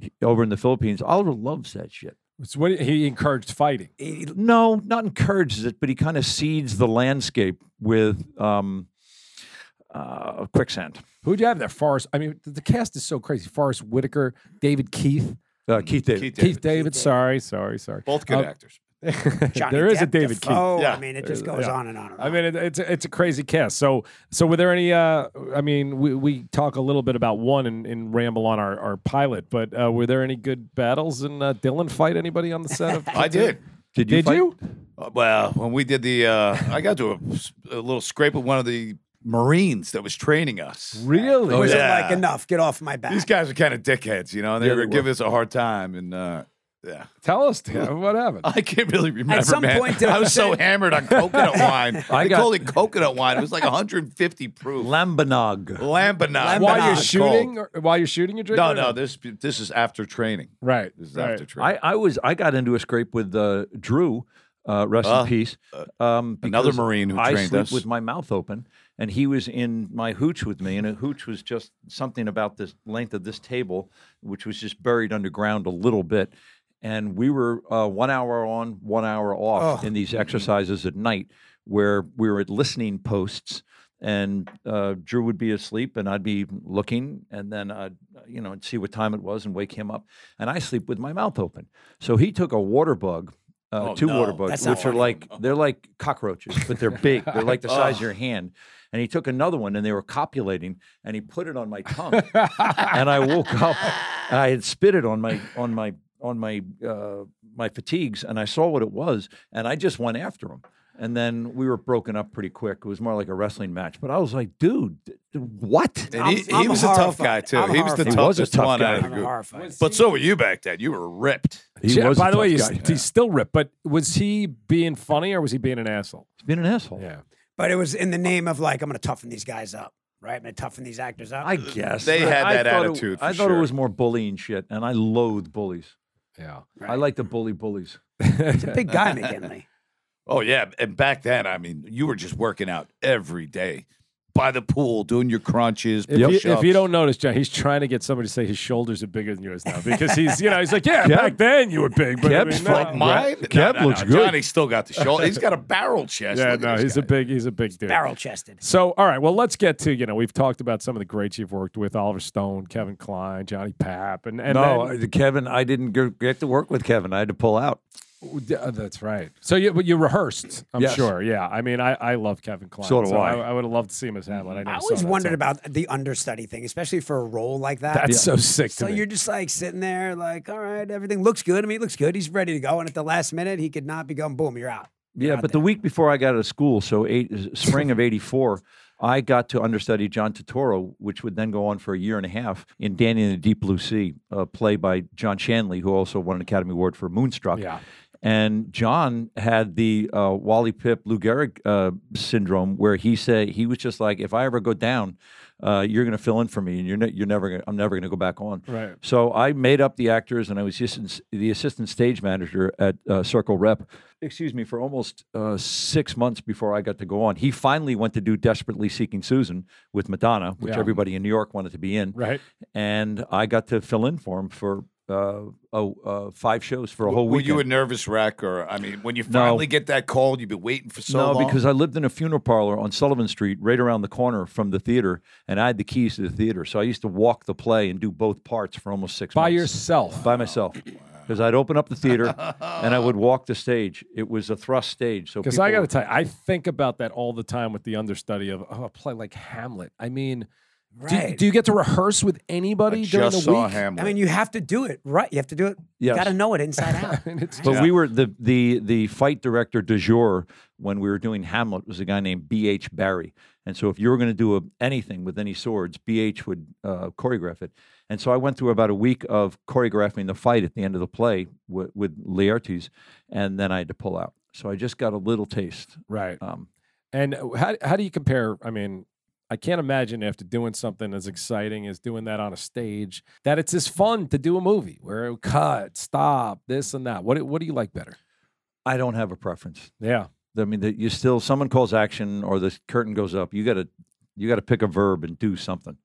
Speaker 5: he- over in the Philippines, Oliver loves that shit.
Speaker 3: It's what he encouraged fighting.
Speaker 1: He-
Speaker 5: No, not encourages it, but he kind of seeds the landscape with um, uh, quicksand.
Speaker 3: Who'd you have there? Forrest. I mean, the, the cast is so crazy. Forrest Whitaker, David Keith,
Speaker 5: Uh, Keith
Speaker 2: Mm-hmm.
Speaker 5: David.
Speaker 2: Keith
Speaker 3: Keith
Speaker 2: David.
Speaker 3: David. Sorry, sorry, sorry.
Speaker 2: Both good
Speaker 3: Uh,
Speaker 2: actors.
Speaker 3: [LAUGHS]
Speaker 1: Johnny
Speaker 3: there is a
Speaker 1: Depp,
Speaker 3: David Keith.
Speaker 1: Defoe.
Speaker 2: Yeah.
Speaker 1: I mean, it just goes
Speaker 3: Yeah.
Speaker 1: on and on. And on.
Speaker 3: I mean, it, it's a- it's a crazy cast. So so were there any? Uh, I mean, we, we talk a little bit about one and, and ramble on our, our pilot, but uh, were there any good battles? And uh, Dylan fight anybody on the set?
Speaker 1: [LAUGHS]
Speaker 3: Of
Speaker 2: I did.
Speaker 5: Did you?
Speaker 3: Did
Speaker 5: fight?
Speaker 3: you?
Speaker 2: Uh, Well, when we did the, uh, I got to a, a little scrape with one of the Marines that was training us.
Speaker 3: Really?
Speaker 1: was
Speaker 2: Oh, yeah.
Speaker 1: it like enough? Get off my back.
Speaker 2: These guys are kind of dickheads, you know, and they
Speaker 5: Yeah, they
Speaker 2: were giving us a hard time. And uh, yeah, [LAUGHS]
Speaker 3: Tell us Dan, what happened.
Speaker 2: I can't really remember.
Speaker 1: some
Speaker 2: man.
Speaker 1: point, did
Speaker 2: I
Speaker 1: I
Speaker 2: was so
Speaker 1: say-
Speaker 2: hammered
Speaker 1: [LAUGHS]
Speaker 2: on coconut wine.
Speaker 5: I
Speaker 2: they
Speaker 5: got-
Speaker 2: called it coconut wine. It was like 150 proof.
Speaker 5: Lambanog.
Speaker 1: Why
Speaker 2: Lambanon.
Speaker 3: While you're
Speaker 1: It's
Speaker 3: shooting, or, while you're shooting, you're drinking.
Speaker 2: No,
Speaker 3: or
Speaker 2: no. This this is after training.
Speaker 3: Right.
Speaker 2: This is
Speaker 3: right.
Speaker 2: after training.
Speaker 5: I, I was I got into a scrape with uh, Drew, uh, rest
Speaker 2: Uh,
Speaker 5: in peace. Um,
Speaker 2: another
Speaker 5: because
Speaker 2: Marine who
Speaker 5: I
Speaker 2: trained
Speaker 5: sleep
Speaker 2: us.
Speaker 5: with my mouth open, and he was in my hooch with me, and a hooch was just something about this length of this table, which was just buried underground a little bit. And we were uh, one hour on, one hour off in these exercises at night, where we were at listening posts, and uh, Drew would be asleep, and I'd be looking, and then I'd, you know, see what time it was and wake him up. And I sleep with my mouth open. So he took a water bug, uh,
Speaker 2: Oh,
Speaker 5: two water
Speaker 2: no.
Speaker 5: bugs,
Speaker 1: That's not
Speaker 5: which are
Speaker 1: funny.
Speaker 2: [LAUGHS]
Speaker 5: like they're like cockroaches, but they're big. They're like the size of your hand. And he took another one, and they were copulating, and he put it on my
Speaker 2: [LAUGHS]
Speaker 5: tongue, and I woke up, and I had spit it on my on my on my uh, my fatigues, and I saw what it was, and I just went after him. And then we were broken up pretty quick. It was more like a wrestling match. But I was like, dude, th- th- what?
Speaker 2: And
Speaker 1: I'm-
Speaker 2: he, he
Speaker 1: I'm
Speaker 2: was a tough
Speaker 1: horrified.
Speaker 2: guy too.
Speaker 1: I'm
Speaker 2: he was the
Speaker 1: horrified. He
Speaker 2: toughest
Speaker 5: was a tough
Speaker 2: one
Speaker 5: guy.
Speaker 2: out of the
Speaker 1: I'm
Speaker 2: group.
Speaker 1: horrified.
Speaker 2: But so were you back then. You were ripped.
Speaker 5: He
Speaker 3: Yeah,
Speaker 5: was
Speaker 3: by
Speaker 5: a
Speaker 3: the way,
Speaker 5: tough
Speaker 3: he's,
Speaker 5: guy.
Speaker 3: he's still ripped. But was he being funny or was he being an asshole?
Speaker 5: He's been an asshole.
Speaker 1: But it was in the name of like, I'm going to toughen these guys up, right? I'm going to toughen these actors up.
Speaker 5: I guess
Speaker 2: They had
Speaker 5: I
Speaker 2: that
Speaker 5: thought it-
Speaker 2: attitude, for
Speaker 5: I thought
Speaker 2: sure.
Speaker 5: it was more bullying shit, and I loathe bullies.
Speaker 3: yeah.
Speaker 5: I like to bully bullies.
Speaker 1: He's a big guy, McGinley.
Speaker 2: Oh yeah, and back then, I mean, you were just working out every day by the pool, doing your crunches.
Speaker 3: If, you, if
Speaker 2: push-ups.
Speaker 3: you don't notice, John, he's trying to get somebody to say his shoulders are bigger than yours now because he's, you know, he's like, yeah,
Speaker 5: Keb-
Speaker 3: back then you were big, but I
Speaker 5: Keb's
Speaker 3: mean,
Speaker 5: from
Speaker 3: now-
Speaker 2: like mine,
Speaker 5: Kev looks good.
Speaker 2: Johnny's still got the [LAUGHS] shoulder. He's got a barrel chest.
Speaker 3: yeah,
Speaker 2: Look at
Speaker 3: no,
Speaker 2: this
Speaker 3: he's a
Speaker 2: guy.
Speaker 3: big, he's a big dude.
Speaker 1: Barrel chested.
Speaker 3: So, all right, well, let's get to you know we've talked about some of the greats you've worked with: Oliver Stone, Kevin Klein, Johnny Pap, and and
Speaker 5: no,
Speaker 3: then-
Speaker 5: I- Kevin, I didn't go- get to work with Kevin. I had to pull out.
Speaker 3: Yeah, uh, That's right. So you, but you rehearsed, I'm
Speaker 5: Yes.
Speaker 3: sure. Yeah. I mean, I, I love Kevin Klein.
Speaker 5: So do I.
Speaker 3: I, would have loved to see him as Hamlet. I, never
Speaker 4: I
Speaker 3: saw
Speaker 4: always
Speaker 3: that,
Speaker 4: wondered
Speaker 3: so-
Speaker 4: about the understudy thing, especially for a role like that.
Speaker 3: That's so sick to
Speaker 4: So
Speaker 3: me.
Speaker 4: you're just like sitting there, like, all right, everything looks good. I mean, it looks good. He's ready to go. And at the last minute, he could not be going, boom, you're out.
Speaker 5: Yeah, but the week before I got out of school, so eight,
Speaker 3: [LAUGHS]
Speaker 5: uh, spring of '84, I got to understudy John Totoro, which would then go on for a year and a half in Danny and the Deep Blue Sea, a play by John Shanley, who also won an Academy Award for Moonstruck.
Speaker 3: Yeah.
Speaker 5: And John had the uh, Wally Pip Lou Gehrig uh, syndrome, where he said he was just like, if I ever go down, uh, you're going to fill in for me, and you're ne- you're never gonna, I'm never going to go back on.
Speaker 3: Right.
Speaker 5: So I made up the actors, and I was just the assistant stage manager at uh, Circle Rep. Excuse me, for almost uh, six months before I got to go on. He finally went to do "Desperately Seeking Susan" with Madonna, which
Speaker 3: Yeah.
Speaker 5: everybody in New York wanted to be in,
Speaker 3: Right.
Speaker 5: and I got to fill in for him for uh, oh, uh, five shows for a whole
Speaker 2: Were
Speaker 5: week.
Speaker 2: you a nervous wreck, or I mean, when you finally get that call, you've been waiting for so
Speaker 5: no,
Speaker 2: long.
Speaker 5: because I lived in a funeral parlor on Sullivan Street, right around the corner from the theater, and I had the keys to the theater. So I used to walk the play and do both parts for almost six
Speaker 3: By
Speaker 5: months.
Speaker 3: yourself.
Speaker 5: by myself because I'd open up the theater and I would walk the stage. It was a thrust
Speaker 3: [LAUGHS]
Speaker 5: stage, so
Speaker 3: Because I got
Speaker 5: people-
Speaker 3: to tell you, I think about that all the time with the understudy of oh, a play like Hamlet. I mean, do,
Speaker 4: Right.
Speaker 3: do you get to rehearse with
Speaker 2: I
Speaker 3: anybody during
Speaker 2: just
Speaker 3: the
Speaker 2: saw
Speaker 3: week?
Speaker 2: Hamlet.
Speaker 4: I mean, you have to do it right. You have to do it. You
Speaker 5: Yes.
Speaker 4: got to know it
Speaker 2: [LAUGHS]
Speaker 4: inside out.
Speaker 3: And it's
Speaker 5: But we were the the the fight director du jour when we were doing Hamlet was a guy named B. H. Barry, and so if you were going to do a, anything with any swords, B. H. would uh, choreograph it. And so I went through about a week of choreographing the fight at the end of the play with, with Laertes, and then I had to pull out. So I just got a little taste.
Speaker 3: right.
Speaker 5: Um,
Speaker 3: And how how do you compare? I mean, I can't imagine after doing something as exciting as doing that on a stage that it's as fun to do a movie where it would cut, stop, this and that. What do- what do you like better?
Speaker 5: I don't have a preference.
Speaker 3: Yeah,
Speaker 5: I mean, that you still someone calls action or the curtain goes up. You gotta you gotta pick a verb and do something.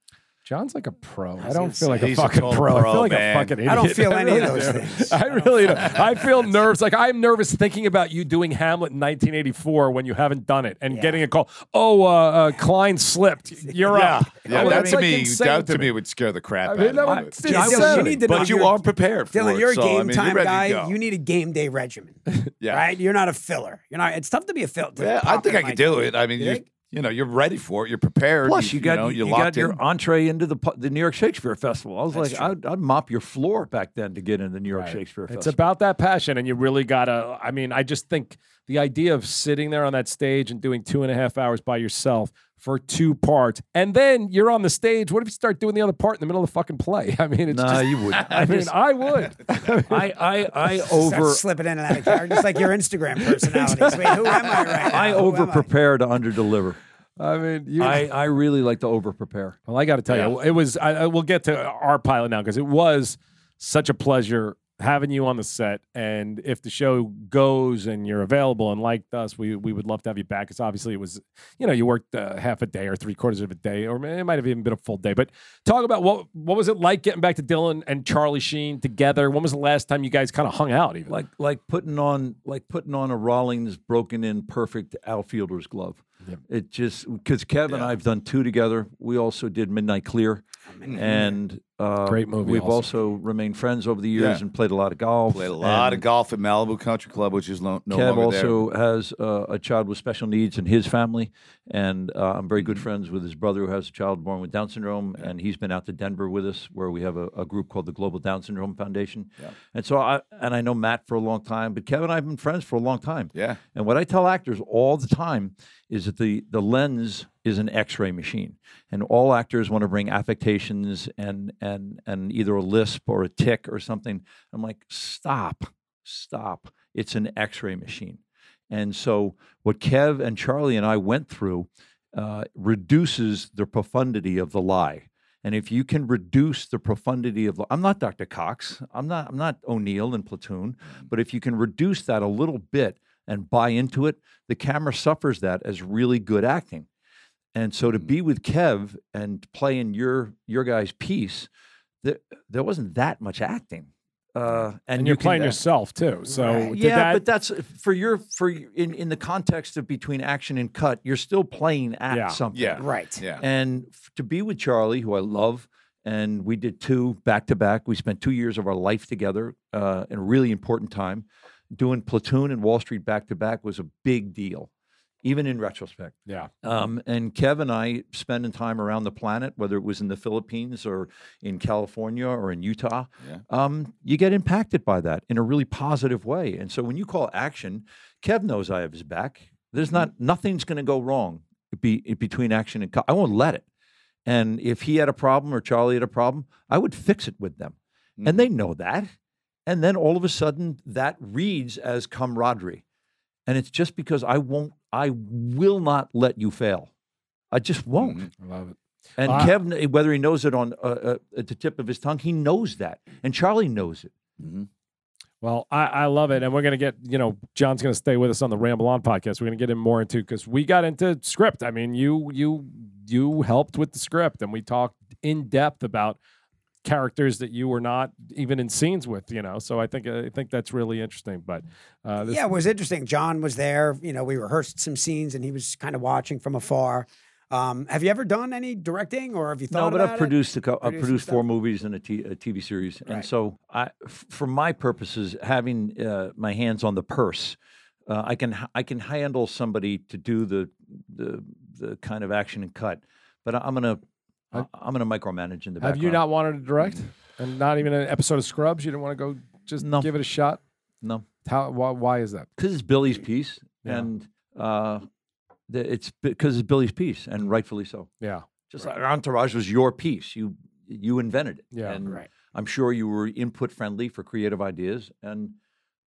Speaker 3: John's like a pro. I
Speaker 4: was
Speaker 3: don't
Speaker 4: gonna
Speaker 3: feel like
Speaker 2: say,
Speaker 3: a
Speaker 2: he's a
Speaker 3: fucking
Speaker 2: total
Speaker 3: pro. I feel
Speaker 2: pro,
Speaker 3: like
Speaker 2: man.
Speaker 3: a fucking idiot.
Speaker 4: I don't
Speaker 3: [LAUGHS]
Speaker 4: feel any of
Speaker 3: really
Speaker 4: those
Speaker 3: do.
Speaker 4: things.
Speaker 3: I really
Speaker 2: [LAUGHS]
Speaker 3: do. I feel nerves. Like I'm nervous thinking about you doing Hamlet in 1984 when you haven't done it and
Speaker 4: Yeah.
Speaker 3: getting a call. Oh, uh, uh, Klein slipped. You're
Speaker 2: yeah,
Speaker 3: up.
Speaker 2: yeah,
Speaker 3: Oh,
Speaker 2: that
Speaker 3: that's
Speaker 2: to
Speaker 3: like
Speaker 2: me,
Speaker 3: insane
Speaker 2: that
Speaker 3: to
Speaker 2: to
Speaker 3: me.
Speaker 2: me would scare the crap
Speaker 3: I
Speaker 2: out
Speaker 3: mean, that
Speaker 2: of
Speaker 3: would-
Speaker 2: me.
Speaker 3: Dude, I was- you
Speaker 2: But
Speaker 4: need to know
Speaker 2: you
Speaker 4: you're-
Speaker 2: are prepared for
Speaker 4: Dylan,
Speaker 2: it,
Speaker 4: you're a
Speaker 2: so,
Speaker 4: game
Speaker 2: I mean,
Speaker 4: time
Speaker 2: you're ready to
Speaker 4: guy.
Speaker 2: go.
Speaker 4: You need a game day regimen,
Speaker 2: [LAUGHS] Yeah.
Speaker 4: right? You're not a filler. You're not. It's tough to be a filler.
Speaker 2: Yeah, I think I could do it. I mean, you you know, you're ready for it. You're prepared.
Speaker 5: Plus, you got
Speaker 2: know,
Speaker 5: you,
Speaker 2: you're
Speaker 5: got
Speaker 2: locked
Speaker 5: your
Speaker 2: in.
Speaker 5: entree into the pu- the New York Shakespeare Festival. I was like, I'd, I'd mop your floor back then to get into the New York
Speaker 3: Right.
Speaker 5: Shakespeare
Speaker 3: It's
Speaker 5: Festival.
Speaker 3: about that passion, and you really gotta. I mean, I just think the idea of sitting there on that stage and doing two and a half hours by yourself for two parts, and then you're on the stage. What if you start doing the other part in the middle of the fucking play? [LAUGHS] I mean, it's
Speaker 5: no,
Speaker 3: just.
Speaker 5: you wouldn't.
Speaker 3: I,
Speaker 5: I
Speaker 3: mean,
Speaker 5: just
Speaker 3: I would.
Speaker 5: [LAUGHS] I I,
Speaker 3: [LAUGHS]
Speaker 5: I
Speaker 4: Start
Speaker 5: over
Speaker 4: slipping in and out of character, just like your Instagram personalities. Wait, who am I right [LAUGHS]
Speaker 5: I
Speaker 4: now? Who am
Speaker 5: over prepare to under deliver.
Speaker 3: I mean, you,
Speaker 5: I I really like to over prepare.
Speaker 3: Well, I got to tell you, it was. I, I, we'll get to our pilot now because it was such a pleasure having you on the set. And if the show goes and you're available and liked us, we we would love to have you back. Because obviously, it was you know you worked uh, half a day or three quarters of a day, or it might have even been a full day. But talk about what what was it like getting back to Dylan and Charlie Sheen together? When was the last time you guys kind of hung out? Even
Speaker 5: Like like putting on like putting on a Rawlings broken in perfect outfielder's glove. It just because Kev and I've done two together. We also did Midnight Clear, and uh,
Speaker 3: Great movie
Speaker 5: We've
Speaker 3: also.
Speaker 5: also remained friends over the years
Speaker 2: Yeah.
Speaker 5: and played a lot of golf.
Speaker 2: Played a lot of
Speaker 5: and
Speaker 2: golf at Malibu Country Club, which is lo- no
Speaker 5: Kev
Speaker 2: longer there.
Speaker 5: also has uh, a child with special needs in his family, and uh, I'm very good friends with his brother who has a child born with Down syndrome, and he's been out to Denver with us, where we have a, a group called the Global Down Syndrome Foundation. And so I and I know Matt for a long time, but Kevin and I've been friends for a long time.
Speaker 2: Yeah.
Speaker 5: And what I tell actors all the time is that the the lens is an X-ray machine, and all actors want to bring affectations and and and either a lisp or a tick or something. I'm like, stop, stop. It's an X-ray machine. And so what Kev and Charlie and I went through uh, reduces the profundity of the lie. And if you can reduce the profundity of, I'm not Dr. Cox, I'm not, I'm not O'Neill in Platoon,
Speaker 3: Mm-hmm.
Speaker 5: but if you can reduce that a little bit and buy into it, the camera suffers that as really good acting. And so to
Speaker 3: Mm-hmm.
Speaker 5: be with Kev and play in your your guy's piece, there, there wasn't that much acting. Uh, and,
Speaker 3: and you're
Speaker 5: you can-
Speaker 3: playing
Speaker 5: uh,
Speaker 3: yourself too. So did
Speaker 5: yeah,
Speaker 3: that,
Speaker 5: but that's for your for y- in in the context of between action and cut, you're still playing at
Speaker 3: Yeah.
Speaker 5: something.
Speaker 2: Yeah.
Speaker 4: Right.
Speaker 2: Yeah.
Speaker 5: And f- to be with Charlie, who I love, and we did two back to back. We spent two years of our life together, uh, in a really important time. doing Platoon and Wall Street back to back was a big deal, even in retrospect.
Speaker 3: Yeah.
Speaker 5: Um, and Kev and I spending time around the planet, whether it was in the Philippines or in California or in Utah,
Speaker 2: Yeah.
Speaker 5: um, you get impacted by that in a really positive way. And so when you call action, Kev knows I have his back. There's not nothing's going to go wrong be, between action and co- I won't let it. And if he had a problem or Charlie had a problem, I would fix it with them.
Speaker 2: Mm-hmm.
Speaker 5: And they know that. And then all of a sudden, that reads as camaraderie. And it's just because I won't, I will not let you fail. I just won't.
Speaker 3: I love it.
Speaker 5: And
Speaker 3: Ah.
Speaker 5: Kevin, whether he knows it on uh, uh, at the tip of his tongue, he knows that. And Charlie knows it.
Speaker 2: Mm-hmm.
Speaker 3: Well, I, I love it. And we're going to get, you know, John's going to stay with us on the Ramble On podcast. We're going to get him more into because we got into script. I mean, you, you, you helped with the script and we talked in depth about characters that you were not even in scenes with, you know? So I think, uh, I think that's really interesting, but, uh, this,
Speaker 4: yeah, it was interesting. John was there. You know, we rehearsed some scenes, and he was kind of watching from afar. Um, have you ever done any directing, or have you thought
Speaker 5: No, but
Speaker 4: about
Speaker 5: I've
Speaker 4: it?
Speaker 5: produced a couple. I've
Speaker 4: Produced
Speaker 5: produced
Speaker 4: stuff.
Speaker 5: four movies and a, t- a TV series, and
Speaker 4: Right.
Speaker 5: so I, f- for my purposes, having uh, my hands on the purse, uh, I can h- I can handle somebody to do the the the kind of action and cut, but I- I'm gonna I, I'm gonna micromanage in the
Speaker 3: have
Speaker 5: background.
Speaker 3: you not wanted to direct and not even an episode of Scrubs? You didn't want to go just
Speaker 5: No.
Speaker 3: give it a shot.
Speaker 5: No,
Speaker 3: How, why, why is that?
Speaker 5: because it's Billy's piece,
Speaker 3: Yeah.
Speaker 5: and uh, the, it's because it's Billy's piece, and rightfully so.
Speaker 3: Yeah.
Speaker 5: Just like Entourage was your piece. You you invented it.
Speaker 3: Yeah,
Speaker 5: and
Speaker 4: right.
Speaker 5: I'm sure you were input friendly for creative ideas. And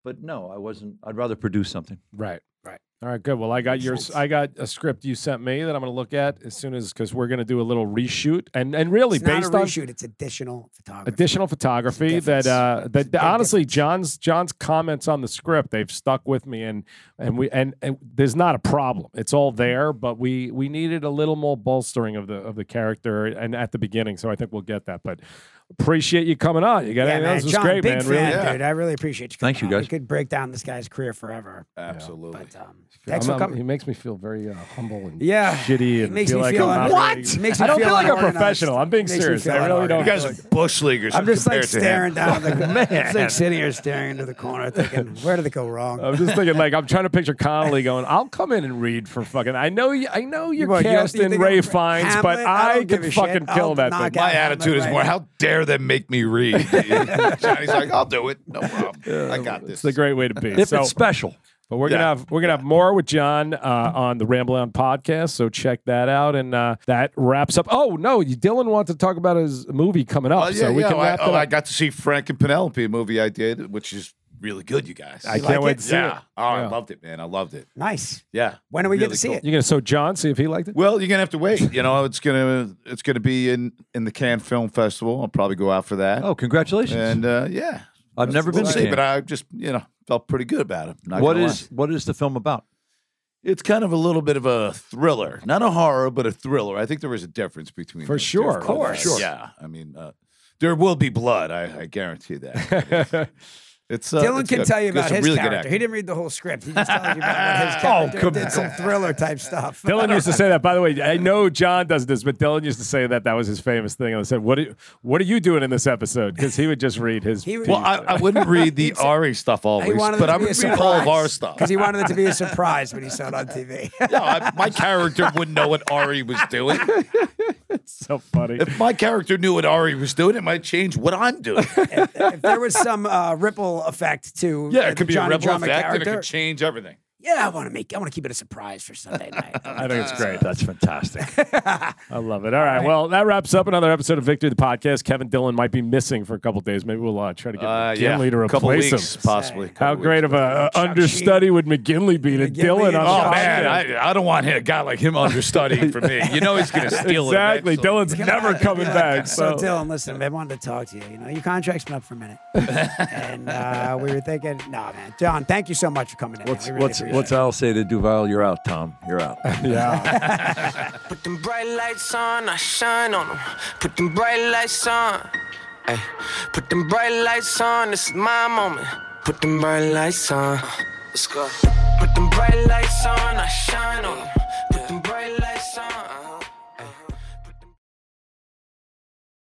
Speaker 5: but no, I wasn't. I'd rather produce something.
Speaker 3: Right. Right. All right. Good. Well, I got your I got a script you sent me that I'm going to look at as soon as because we're going to do a little reshoot and and really
Speaker 4: It's
Speaker 3: based
Speaker 4: not a
Speaker 3: on
Speaker 4: reshoot; it's additional photography.
Speaker 3: additional photography that
Speaker 4: difference.
Speaker 3: uh
Speaker 4: There's a
Speaker 3: that
Speaker 4: big
Speaker 3: honestly
Speaker 4: difference.
Speaker 3: John's John's comments on the script they've stuck with me and and we and, and there's not a problem it's all there but we we needed a little more bolstering of the of the character and at the beginning so I think we'll get that but appreciate you coming on you got
Speaker 4: Yeah,
Speaker 3: anything
Speaker 4: man.
Speaker 3: else? this was
Speaker 4: John,
Speaker 3: great
Speaker 4: big
Speaker 3: man
Speaker 4: fan,
Speaker 3: really
Speaker 2: Yeah.
Speaker 4: dude. I really appreciate you.
Speaker 5: Thank
Speaker 4: coming
Speaker 5: you,
Speaker 4: on.
Speaker 5: guys.
Speaker 4: We could break down this guy's career forever,
Speaker 2: Absolutely.
Speaker 4: but um, thanks
Speaker 3: I'm-
Speaker 4: for
Speaker 3: I'm-
Speaker 4: coming.
Speaker 3: He makes me feel very uh, humble and
Speaker 4: Yeah.
Speaker 3: shitty
Speaker 4: It
Speaker 3: and
Speaker 4: makes
Speaker 3: feel
Speaker 4: me
Speaker 3: like
Speaker 4: feel
Speaker 3: I'm
Speaker 4: un-
Speaker 3: not
Speaker 4: What?
Speaker 3: really-
Speaker 4: Makes
Speaker 3: I
Speaker 4: me
Speaker 3: don't
Speaker 4: feel
Speaker 3: feel like a
Speaker 4: unorganized.
Speaker 3: professional. I'm being
Speaker 4: Makes me
Speaker 3: serious.
Speaker 4: feel
Speaker 3: I really
Speaker 2: You
Speaker 3: don't.
Speaker 4: unorganized.
Speaker 2: guys are bush leaguers.
Speaker 4: I'm just like
Speaker 2: compared to him.
Speaker 4: staring down
Speaker 2: [LAUGHS]
Speaker 4: the man. like sitting here staring into the corner, thinking, where did it go wrong?
Speaker 2: Uh,
Speaker 3: I'm just thinking, like, I'm trying to picture Connolly going, "I'll come in and read for fucking." I know, you, I know you're
Speaker 4: What, you don't- you
Speaker 3: casting
Speaker 4: think
Speaker 3: Ray
Speaker 4: I'm-
Speaker 3: Fiennes, but
Speaker 4: Hamlet? I
Speaker 3: I,
Speaker 4: don't give
Speaker 3: can
Speaker 4: a
Speaker 3: fucking
Speaker 4: shit. I'll
Speaker 3: kill that
Speaker 4: knock
Speaker 3: thing.
Speaker 4: out-
Speaker 2: My
Speaker 4: Yeah, I'm
Speaker 2: attitude is
Speaker 4: right.
Speaker 2: more, how dare them make me read? Johnny's like, I'll do it. No problem. I got this.
Speaker 3: It's the great way to be.
Speaker 5: If
Speaker 3: so,
Speaker 5: it's special,
Speaker 3: but we're gonna
Speaker 2: Yeah.
Speaker 3: have we're gonna have more with John uh, on the Ramble On podcast. So check that out, and uh, that wraps up. Oh no, you- Dylan wants to talk about his movie coming up,
Speaker 2: Oh, yeah,
Speaker 3: so we
Speaker 2: yeah.
Speaker 3: can
Speaker 2: Oh, I,
Speaker 3: wrap it
Speaker 2: oh, I
Speaker 3: up.
Speaker 2: got to see Frank and Penelope, a movie I did, which is really good, you guys.
Speaker 3: I can't wait to see
Speaker 2: yeah.
Speaker 3: it.
Speaker 2: Oh,
Speaker 3: Yeah.
Speaker 2: I loved it, man. I loved it.
Speaker 4: nice.
Speaker 2: Yeah.
Speaker 4: When do we get
Speaker 2: Really
Speaker 4: to see
Speaker 2: cool.
Speaker 4: it?
Speaker 3: You're gonna so John see if he liked it.
Speaker 2: Well, you're gonna have to wait. You know, it's gonna it's gonna be in in the Cannes Film Festival. I'll probably go out for that.
Speaker 5: oh, congratulations!
Speaker 2: and uh, yeah,
Speaker 5: I've
Speaker 2: That's-
Speaker 5: never been
Speaker 2: we'll
Speaker 5: to
Speaker 2: see,
Speaker 5: Cannes.
Speaker 2: but I just you know felt pretty good about it. Not
Speaker 5: what
Speaker 2: gonna lie.
Speaker 5: is what is the film about?
Speaker 2: It's kind of a little bit of a thriller, not a horror, but a thriller. I think there is a difference between
Speaker 3: For
Speaker 2: those two,
Speaker 3: sure, of
Speaker 2: course.
Speaker 3: course.
Speaker 2: Yeah, I mean, uh, there will be blood. I, I guarantee that.
Speaker 5: [LAUGHS]
Speaker 2: It's uh,
Speaker 4: Dylan
Speaker 2: it's
Speaker 4: can
Speaker 2: good.
Speaker 4: tell you
Speaker 2: There's
Speaker 4: about
Speaker 2: some
Speaker 4: his
Speaker 2: really good
Speaker 4: character.
Speaker 2: acting. Oh,
Speaker 4: He didn't read the whole script. He just told you about
Speaker 2: [LAUGHS]
Speaker 4: his character.
Speaker 5: come
Speaker 4: did some thriller type stuff.
Speaker 3: Dylan used to say that. By the way, I know John does this, but Dylan used to say that that was his famous thing. And I said, "What are you, what are you doing in this episode?" Because he would just read his.
Speaker 4: He would-
Speaker 3: piece.
Speaker 2: Well, I, I wouldn't read the Ari
Speaker 4: [LAUGHS]
Speaker 2: stuff
Speaker 4: He
Speaker 2: always,
Speaker 4: wanted
Speaker 2: but
Speaker 4: it
Speaker 2: I
Speaker 4: to be
Speaker 2: would
Speaker 4: a
Speaker 2: read all of our
Speaker 4: surprise
Speaker 2: stuff.
Speaker 4: because he wanted it to
Speaker 2: [LAUGHS]
Speaker 4: be a surprise when he saw it on TV.
Speaker 2: No, I, my character wouldn't know what Ari was doing.
Speaker 3: so funny.
Speaker 2: If my character knew what Ari was doing, it might change what I'm doing.
Speaker 4: [LAUGHS] if there was some uh, ripple effect to
Speaker 2: Yeah,
Speaker 4: the
Speaker 2: it could be
Speaker 4: Johnny
Speaker 2: a ripple
Speaker 4: Drama
Speaker 2: effect, and it
Speaker 4: character,
Speaker 2: could change everything.
Speaker 4: yeah, I want to make, I want to keep it a surprise for Sunday night.
Speaker 2: [LAUGHS]
Speaker 3: I think it's great.
Speaker 5: That's fantastic.
Speaker 3: I love it. All right. Well, that wraps up another episode of Victory the Podcast. Kevin Dylan might be missing for a couple days. Maybe we'll uh, try to get
Speaker 2: Uh,
Speaker 3: McGinley
Speaker 2: yeah,
Speaker 3: to
Speaker 2: a couple
Speaker 3: replace
Speaker 2: weeks,
Speaker 3: him.
Speaker 2: possibly.
Speaker 3: How
Speaker 2: Couple
Speaker 3: great of
Speaker 2: weeks.
Speaker 3: a, a
Speaker 4: Chuck
Speaker 3: understudy would McGinley be to
Speaker 4: McGinley
Speaker 3: Dylan on
Speaker 4: and
Speaker 3: the
Speaker 2: Oh
Speaker 4: Chuck
Speaker 3: podcast?
Speaker 2: man, I, I don't want a guy like him understudying for me. You know [LAUGHS] he's going to steal
Speaker 3: exactly.
Speaker 2: it. eventually.
Speaker 3: Dylan's never coming back.
Speaker 4: So,
Speaker 3: So,
Speaker 4: Dylan, listen, I wanted to talk to you. You know, your contract's been up for a
Speaker 5: [LAUGHS]
Speaker 4: minute, and uh, we were thinking, nah, man, John, thank you so much for coming in.
Speaker 5: What's
Speaker 4: man. We really
Speaker 5: what's
Speaker 4: appreciate
Speaker 5: what's
Speaker 4: it.
Speaker 5: Al say to Duval? You're out, Tom. You're out.
Speaker 3: yeah.
Speaker 6: Put them bright lights on, I shine on them. Put them bright lights on. Ay, put them bright lights on, this is my moment. Put them bright lights on. Let's go. Put them bright lights on, I shine on them. Put them bright lights on.